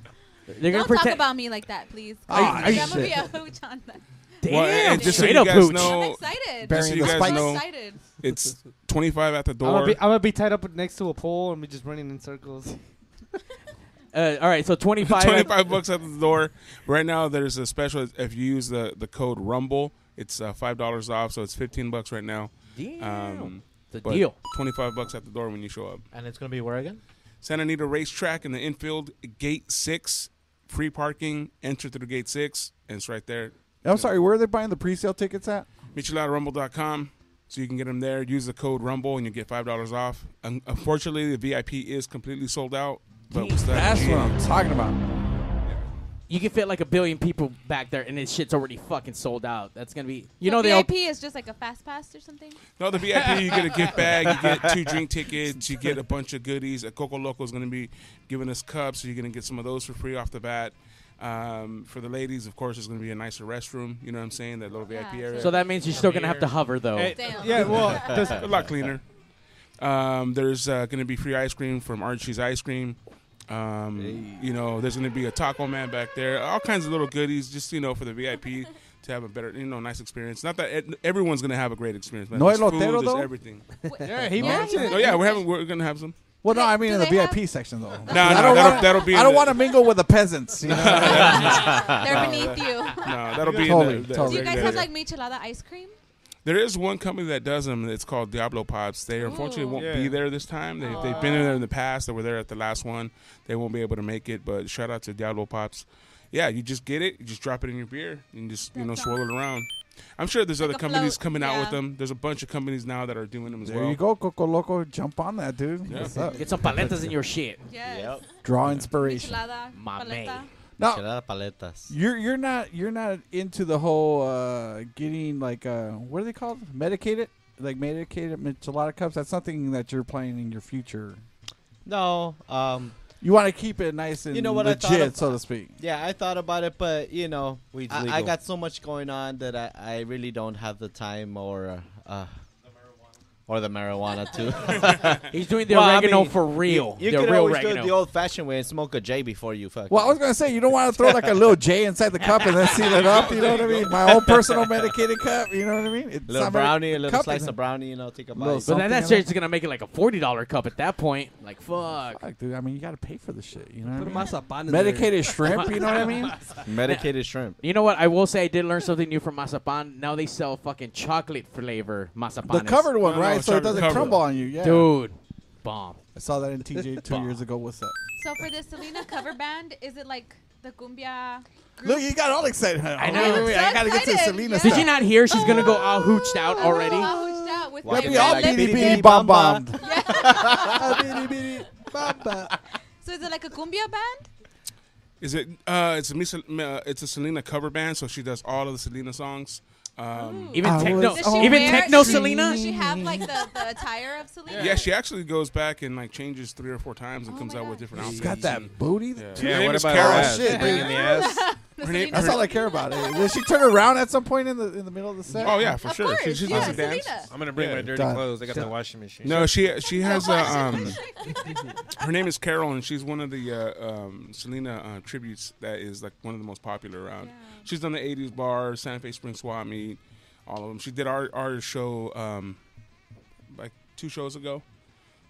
S1: They're
S13: Don't talk about me like that, please.
S2: Are you- are you
S13: I'm gonna be a
S2: shit?
S13: hooch on that.
S3: Well, and just so
S1: straight
S3: you
S1: up
S3: guys
S1: hooch.
S3: know-
S13: I'm
S3: Just so
S13: excited. Burying
S3: you
S13: the
S3: guys
S13: spikes.
S3: know,
S13: I'm excited.
S3: it's 25 at the
S8: I'm
S3: door.
S8: gonna, be, I'm gonna be tied up next to a pole and be just running in circles.
S1: Uh, all right, so 25.
S3: 25 bucks at the door. Right now, there's a special. If you use the, the code Rumble, it's uh, five dollars off, so it's 15 bucks right now. Um,
S1: Damn. It's a
S3: but
S1: deal.
S3: 25 bucks at the door when you show up.
S14: And it's going to be where again?
S3: Santa Anita Racetrack in the infield, gate six, free parking. Enter through gate six, and it's right there.
S2: I'm sorry, where are they buying the pre-sale tickets at?
S3: MicheladoRumble.com. So you can get them there. Use the code Rumble and you get five dollars off. Un- unfortunately, the VIP is completely sold out. But we still have
S2: That's what I'm
S3: GM.
S2: talking about.
S1: You can fit like a billion people back there, and this shit's already fucking sold out. That's gonna be. You
S13: So
S1: know they all
S13: VIP is just like a fast pass or something.
S3: No, the VIP, you get a gift bag, you get two drink tickets, you get a bunch of goodies. A Coco Loco is going to be giving us cups, so you're going to get some of those for free off the bat. Um, for the ladies, of course, there's going to be a nicer restroom. You know what I'm saying? That little VIP area.
S1: So that means you're still gonna have to hover, though.
S3: Eh,
S1: Damn.
S14: yeah, well,
S1: there's-
S3: a lot cleaner. Um, there's uh, going to be free ice cream from Archie's Ice Cream. Um, You know, there's going to be a taco man back there. All kinds of little goodies, just you know, for the VIP to have a better, you know, nice experience. Not that ed- everyone's going to have a great experience. Man.
S2: No
S3: There's
S2: elotero,
S3: food, there's
S2: though?
S3: everything.
S2: Yeah, he
S3: yeah,
S2: mentioned it.
S3: Oh yeah, we're having we're going to have some.
S2: Well, no, I mean in the VIP section though.
S3: No, no,
S2: I don't
S3: that'll-
S2: wanna,
S3: that'll be
S2: I
S3: in
S2: don't
S3: the-
S2: want to mingle with the peasants. You know?
S13: They're beneath you.
S3: No, that'll be in
S2: Totally,
S3: the- the-
S2: totally.
S13: Do you guys
S3: Yeah.
S13: have like michelada ice cream?
S3: There is one company that does them. It's called Diablo Pops. They unfortunately won't
S13: Yeah.
S3: be there this time. They, they've been there in the past. They were there at the last one. They won't be able to make it. But shout out to Diablo Pops. Yeah, you just get it. You just drop it in your beer and just you know swirl it around. I'm sure there's other companies coming out with them. There's a bunch of companies now that are doing them as
S2: there
S3: well.
S2: you go, Coco Loco. Jump on that, dude.
S3: Yeah.
S2: What's up?
S1: Get some paletas in your shit.
S13: Yes.
S2: Draw inspiration.
S13: Michelada,
S1: My
S13: paleta.
S2: No.
S7: Michelada paletas.
S2: You're you're not you're not into the whole uh, getting like uh, what are they called? Medicated like medicated michelada cups. That's something that you're planning in your future.
S7: No, um,
S2: You want to keep it nice and
S7: you know what I thought
S2: legit,
S7: ab-
S2: so to speak.
S7: Yeah, I thought about it, but you know,
S14: Weed's
S7: I, I
S14: legal.
S7: got so much going on that I, I really don't have the time or uh, or the marijuana too.
S1: He's doing the oregano for real.
S7: You, you
S1: The
S7: could
S1: real
S7: always
S1: oregano.
S7: go the old-fashioned way and smoke a J before you fuck.
S2: Well, I was gonna say you don't want to throw like a little J inside the cup and then seal it up. You know what I mean? My own personal medicated cup. You know what I mean? It's
S7: little
S2: not very-
S7: brownie, a little
S2: cup
S7: slice
S2: is-
S7: of brownie, you know, take a bite.
S2: Little
S1: But then that shit's gonna make it like a forty dollar cup at that point. Like fuck.
S2: dude. I mean, you gotta pay for the shit. You know.
S1: Put
S2: what I
S1: a mazapan
S2: mean?
S1: in there.
S2: Medicated shrimp. You know what I mean?
S7: Medicated shrimp.
S1: You know what? I will say I did learn something new from mazapan. Now they sell fucking chocolate flavor mazapan.
S2: The covered one, right? so it doesn't crumble on you. Yeah.
S1: Dude, bomb.
S2: I saw that in TJ two years ago. uh, What's up?
S21: So for the Selena cover band, is it like the cumbia?
S2: Look, you got all excited. I
S1: know.
S2: Wait, wait, wait, I gotta get to
S1: excited. Did
S2: Selena. stuff.
S1: you not hear she's gonna go all hooched out already?
S21: Oh, who's that with
S2: Let
S21: my
S2: me all
S21: red
S2: beady
S21: lip-
S2: beady bomb bombed.
S21: So is it like a cumbia band?
S3: Is it? Uh, it's a Misa, uh, it's a Selena cover band, so she does all of the Selena songs. Um,
S1: Even I techno- was even only techno Selena?
S21: Does she have like the, the attire of Selena?
S3: Yeah. she actually goes back and like changes three or four times and comes out with different
S2: She's
S3: outfits.
S2: got that
S3: and-
S2: booty,
S3: Yeah,
S2: too.
S3: Her
S2: Yeah,
S3: name
S2: what
S3: is
S2: about
S3: Carol.
S2: her ass? Shit,
S3: Bringing
S2: dude.
S3: the ass. Her name-
S2: That's
S3: her-
S2: all I care about. eh. Will she turn around at some point in the in the middle of the set?
S3: Oh yeah, for sure. She- she does the dance.
S20: I'm gonna bring
S3: Yeah.
S20: my dirty
S3: Done.
S20: clothes. I got the
S3: Done.
S20: washing machine.
S3: No, she she has a um, her name is Carol, and she's one of the uh, um, Selena uh, tributes that is like one of the most popular around. She's done the '80s bar, Santa Fe Spring Swap Meet, all of them. She did our our show um, like two shows ago,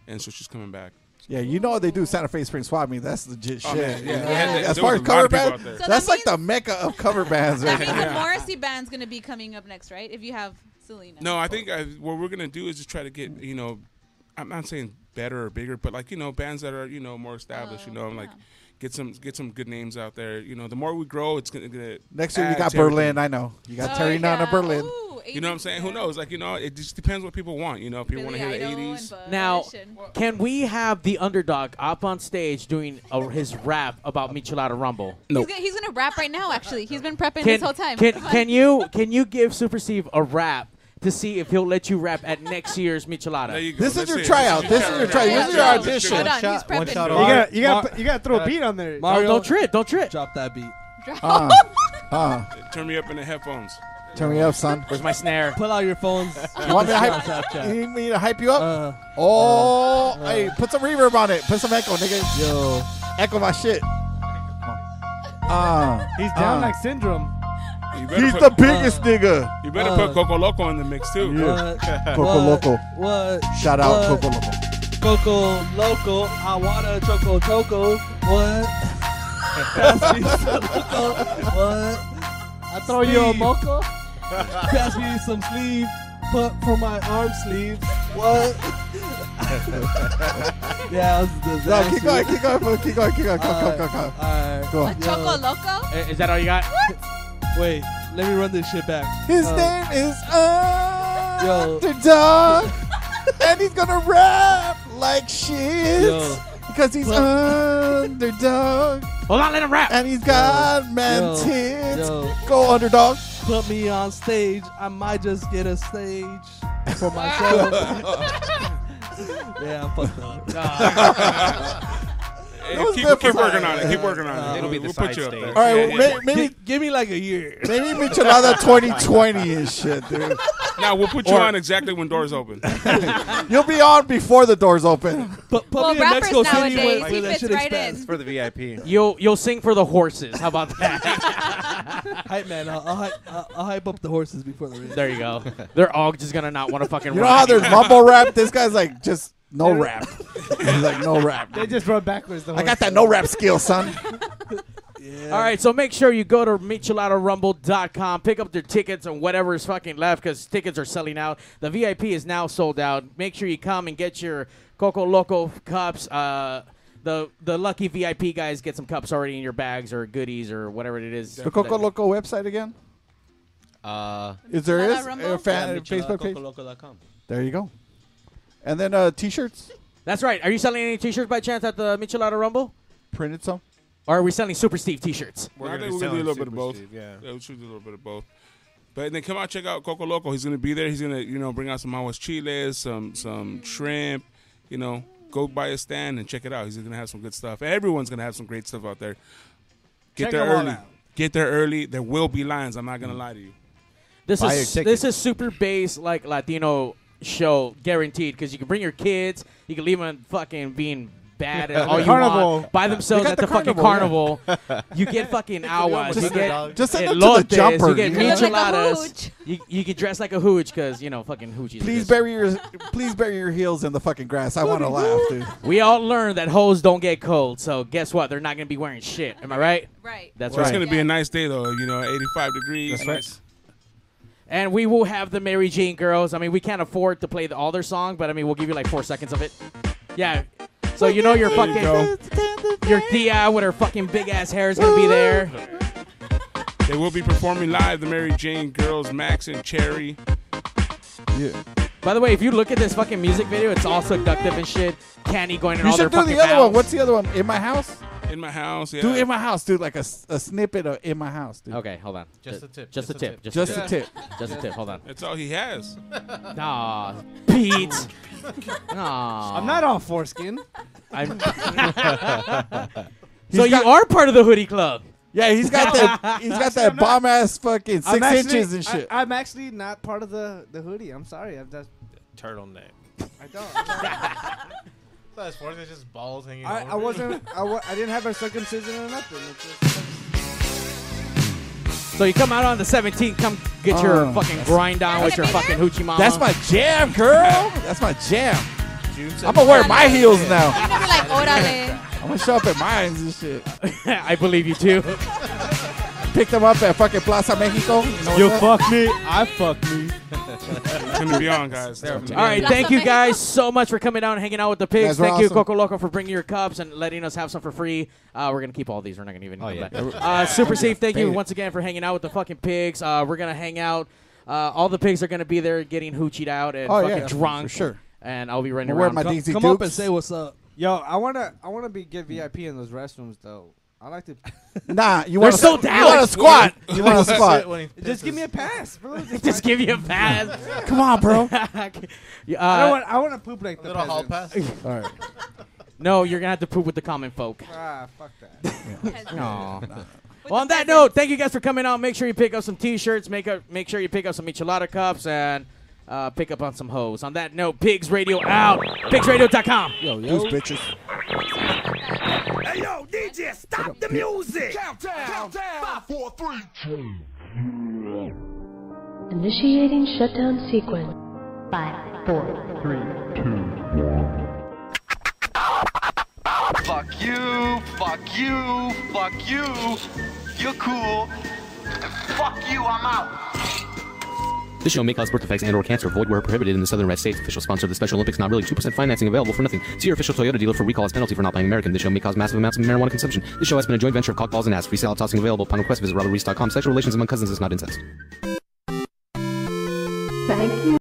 S3: and so she's coming back.
S2: Yeah, you know what they do Santa Fe Spring Swap. I mean, that's legit
S3: Oh,
S2: shit.
S3: man, yeah.
S2: you know?
S3: Yeah,
S2: As
S3: there
S2: far
S3: was
S2: as
S3: a lot
S2: cover
S3: of people
S2: bands,
S3: out there.
S21: So that
S2: that's like the mecca of cover bands.
S21: That
S2: right
S21: means
S2: there.
S21: the Morrissey band's gonna be coming up next, right? If you have Selena.
S3: No, I think I, what we're gonna do is just try to get you know, I'm not saying better or bigger, but like you know, bands that are you know more established. you know, and like get some get some good names out there. You know, the more we grow, it's gonna. gonna
S2: Next year you
S3: add
S2: got
S3: to everything.
S2: Berlin. I know you got
S3: Oh,
S2: Terry Nana Berlin.
S3: You know what I'm saying? Who knows? Like you know, it just depends what people want. You know, if people want to hear the '80s.
S1: Now, can we have the underdog up on stage doing uh his rap about Michelada Rumble?
S21: He's, gonna, he's gonna rap right now. Actually, he's been prepping
S1: Can,
S21: this whole time.
S1: can,
S21: Come on.
S1: can you can you give Super Steve a rap to see if he'll let you rap at next year's Michelada?
S2: This is your tryout. This is your tryout. This is your audition.
S8: you gotta
S6: Uh,
S8: throw a beat on there.
S1: Mario, don't trip, don't trip.
S6: Drop that beat.
S2: Uh, uh,
S3: Turn me up in the headphones.
S2: turn me up, son.
S1: Where's my snare?
S6: Pull out your phones.
S2: You want me to hype? You need me to hype you up? oh, hey, put some reverb on it. Put some echo, nigga. Yo, echo my shit. Uh,
S8: He's down
S2: uh.
S8: like syndrome.
S3: You better
S2: He's
S3: put- uh,
S2: the biggest nigga.
S3: You better
S2: Uh,
S3: put Coco Loco in the mix too.
S2: Yeah. Coco Loco.
S6: What?
S2: Shout out
S6: what?
S2: Coco Loco.
S6: Coco Loco. I wanna choco choco. What? Pass me some loco. What? I
S8: throw you a moco?
S6: Pass me some sleeve. Put for my arm sleeves. What? yeah, that was
S2: No,
S6: disaster.
S2: keep going, keep going, fool, keep going, keep going. Come,
S6: Alright,
S2: come, come, come.
S6: alright.
S2: Go on. A
S21: Choco Loco?
S6: Eh,
S1: I- Is that all you got?
S6: Wait, let me run this shit back.
S2: His
S6: Uh,
S2: name is
S6: Yo.
S2: Underdog, and he's gonna rap like shit
S6: Yo.
S2: because he's Underdog.
S1: Hold on, let him rap.
S2: And he's got man
S6: yo,
S2: tits.
S6: yo.
S2: Go Underdog.
S6: Put me on stage. I might just get a stage for myself. yeah, I'm fucked up.
S3: Hey, keep- keep working on it. Keep working on it. It'll be the We'll put side you up stage. there. All right, well, may- maybe-
S6: Gi- give me like a year.
S2: Maybe Michelada 2020 and shit, dude.
S3: Now we'll put you
S2: Or-
S3: on exactly when doors open.
S2: You'll be on before the doors open.
S6: Put
S21: Well,
S6: me in
S21: rappers
S6: Mexico City
S21: nowadays,
S6: where,
S21: he
S6: where that
S21: fits
S6: shit
S21: right
S6: expands.
S21: in.
S1: for the VIP. You'll you'll sing for the horses. How about that?
S6: Hype man, I'll, I'll, hype, I'll, I'll hype up the horses before the race.
S1: there you go. They're all just gonna not want to fucking.
S2: You know
S1: ride.
S2: how there's mumble rap? This guy's like just no rap. He's like no rap.
S8: They just run backwards. The
S2: I got that no rap skill, son.
S1: All right, so make sure you go to micheladarumble.com, pick up their tickets and whatever is fucking left because tickets are selling out. The VIP is now sold out. Make sure you come and get your Coco Loco cups. Uh, the the lucky VIP guys get some cups already in your bags or goodies or whatever it is.
S2: The Coco Loco website again?
S7: Uh,
S2: Is there is a
S7: Yeah,
S2: fan
S7: Michelada,
S2: Facebook page?
S7: cocoloco.com.
S2: There you go. And then uh, t-shirts.
S1: That's right. Are you selling any t-shirts by chance at the Michelada Rumble?
S2: Printed some.
S1: Or are we selling Super Steve t-shirts?
S3: We're gonna, we're gonna do a little bit of both. yeah. we should do a little bit of both. But then come out, check out Coco Loco. He's gonna be there. He's gonna, you know, bring out some aguas chiles, some some shrimp. You know, go buy a stand and check it out. He's gonna have some good stuff. Everyone's gonna have some great stuff out there. Get
S1: Check
S3: there
S1: them all
S3: early.
S1: out.
S3: Get there early. There will be lines. I'm not gonna lie to you.
S1: This is this is super bass like Latino show guaranteed because you can bring your kids, you can leave them fucking being bad
S2: Yeah.
S1: at all you
S2: Carnival.
S1: want by
S2: Yeah.
S1: themselves
S2: They got
S1: at
S2: the
S1: the, fucking
S2: carnival,
S1: carnival.
S2: yeah.
S1: you get fucking awas,
S2: Just-
S1: you get
S2: just send them to the
S1: elotes,
S2: jumper,
S1: you get
S2: you know? Look like a
S1: micheladas, you, you get dressed like a hooch because you know fucking hoochies. are
S2: Please
S1: just-
S2: bury your please bury your heels in the fucking grass. I want to laugh, dude.
S1: We all learned that hoes don't get cold, so guess what? They're not gonna be wearing shit. Am I right?
S21: Right.
S1: That's
S3: Well,
S1: right.
S3: It's gonna be a nice day though. You know, 85 degrees.
S1: That's right. And we will have the Mary Jane girls. I mean, we can't afford to play the, all their song, but I mean, we'll give you like four seconds of it. Yeah. So you know your
S3: There you
S1: fucking your Thea with her fucking big ass hair is gonna be there.
S3: They will be performing live. The Mary Jane girls, Max and Cherry.
S2: Yeah.
S1: By the way, if you look at this fucking music video, it's all seductive and shit. Candy going in
S2: You
S1: all their
S2: should do
S1: fucking
S2: the other one.
S1: mouths.
S2: What's the other one? In my house.
S3: In my house. Yeah.
S2: Do in my house, dude. Like a, s- a snippet of in my house, dude.
S1: Okay, hold on.
S3: Just a tip,
S1: Just,
S3: just
S1: a
S3: a
S1: tip.
S2: tip.
S1: Just a
S2: Just
S1: tip.
S2: a tip.
S1: Just a tip. Hold on.
S3: That's all he has.
S1: Nah, Pete. Nah.
S8: I'm not on foreskin.
S1: I'm- so you are part of the hoodie club.
S2: Yeah, he's got that. He's got
S8: Actually, I'm
S2: that
S8: not-
S2: bomb ass fucking
S8: I'm
S2: six
S8: actually-
S2: inches and shit.
S8: I, am actually not part of the, the hoodie. I'm sorry. I'm just
S10: turtleneck.
S8: I don't.
S20: So as far as it's just balls hanging.
S8: I, I
S20: over.
S8: wasn't. I, wa- I didn't have a circumcision or nothing. It's just-
S1: So you come out on the 17th. Come get your
S2: Oh.
S1: fucking grind on with your fucking hoochie mama.
S2: That's my jam, girl. That's my jam.
S1: Juice
S2: I'm gonna wear my heels now.
S21: I'm gonna be like, orale.
S2: I'm gonna show up at mines and shit.
S1: I believe you too.
S2: Picked them up at fucking Plaza Mexico. You, know
S1: You
S2: what's up?
S1: fuck me,
S2: I fuck me.
S3: It's gonna be on, guys. All
S1: All right, thank you guys so much for coming down and hanging out with the pigs.
S2: guys were
S1: Thank you,
S2: awesome.
S1: Coco Loco, for bringing your cups and letting us have some for free. Uh, we're gonna keep all these. We're not gonna even. Oh,
S19: yeah.
S1: Uh, Super Safe, thank you
S19: Paid it.
S1: once again for hanging out with the fucking pigs. Uh, we're gonna hang out. Uh, all the pigs are gonna be there getting hoochied out and
S2: Oh, yeah,
S1: fucking
S2: for
S1: drunk.
S2: sure.
S1: And I'll be running
S2: I'll wear
S1: around.
S2: my Come- Daisy
S1: Come
S2: come up
S1: up
S2: Dukes.
S1: and
S2: and
S1: say
S2: say
S1: what's up.
S8: Yo, I wanna I wanna be get VIP in those restrooms though. I like to.
S2: Nah, you
S1: They're
S2: want
S1: so
S2: You
S1: down.
S2: want to squat?
S1: When-
S2: You want to squat?
S8: Just give me a pass, bro.
S1: Just give you a pass.
S2: Come on, bro.
S8: I
S1: uh,
S8: don't want. I want to poop like the
S20: Little hall
S8: peasants.
S20: pass?
S2: All right.
S1: no, you're gonna have to poop with the common folk.
S8: Ah, fuck that.
S1: Aw. Well, on that note, thank you guys for coming out. Make sure you pick up some T-shirts. Make up, make sure you pick up some michelada cups and uh, pick up on some hoes. On that note, Pigs Radio out. PigsRadio.com.
S2: Yo, yo. Those bitches.
S11: Hey yo, DJ, stop the music! Countdown! Countdown! Five, four, three, two.
S4: Initiating shutdown sequence. Five, four, three,
S22: Fuck you, fuck you, fuck you. You're cool. Fuck you, I'm out.
S5: This show may cause birth defects and/or cancer. Void where prohibited in the Southern Red States. Official sponsor of the Special Olympics. Not really. Two percent financing available for nothing. See your official Toyota dealer for recall as penalty for not buying American. This show may cause massive amounts of marijuana consumption. This show has been a joint venture of cockballs and ass. Free salad tossing available upon request. Visit robertreese.com. Sexual relations among cousins is not incest.
S4: two. Thank you.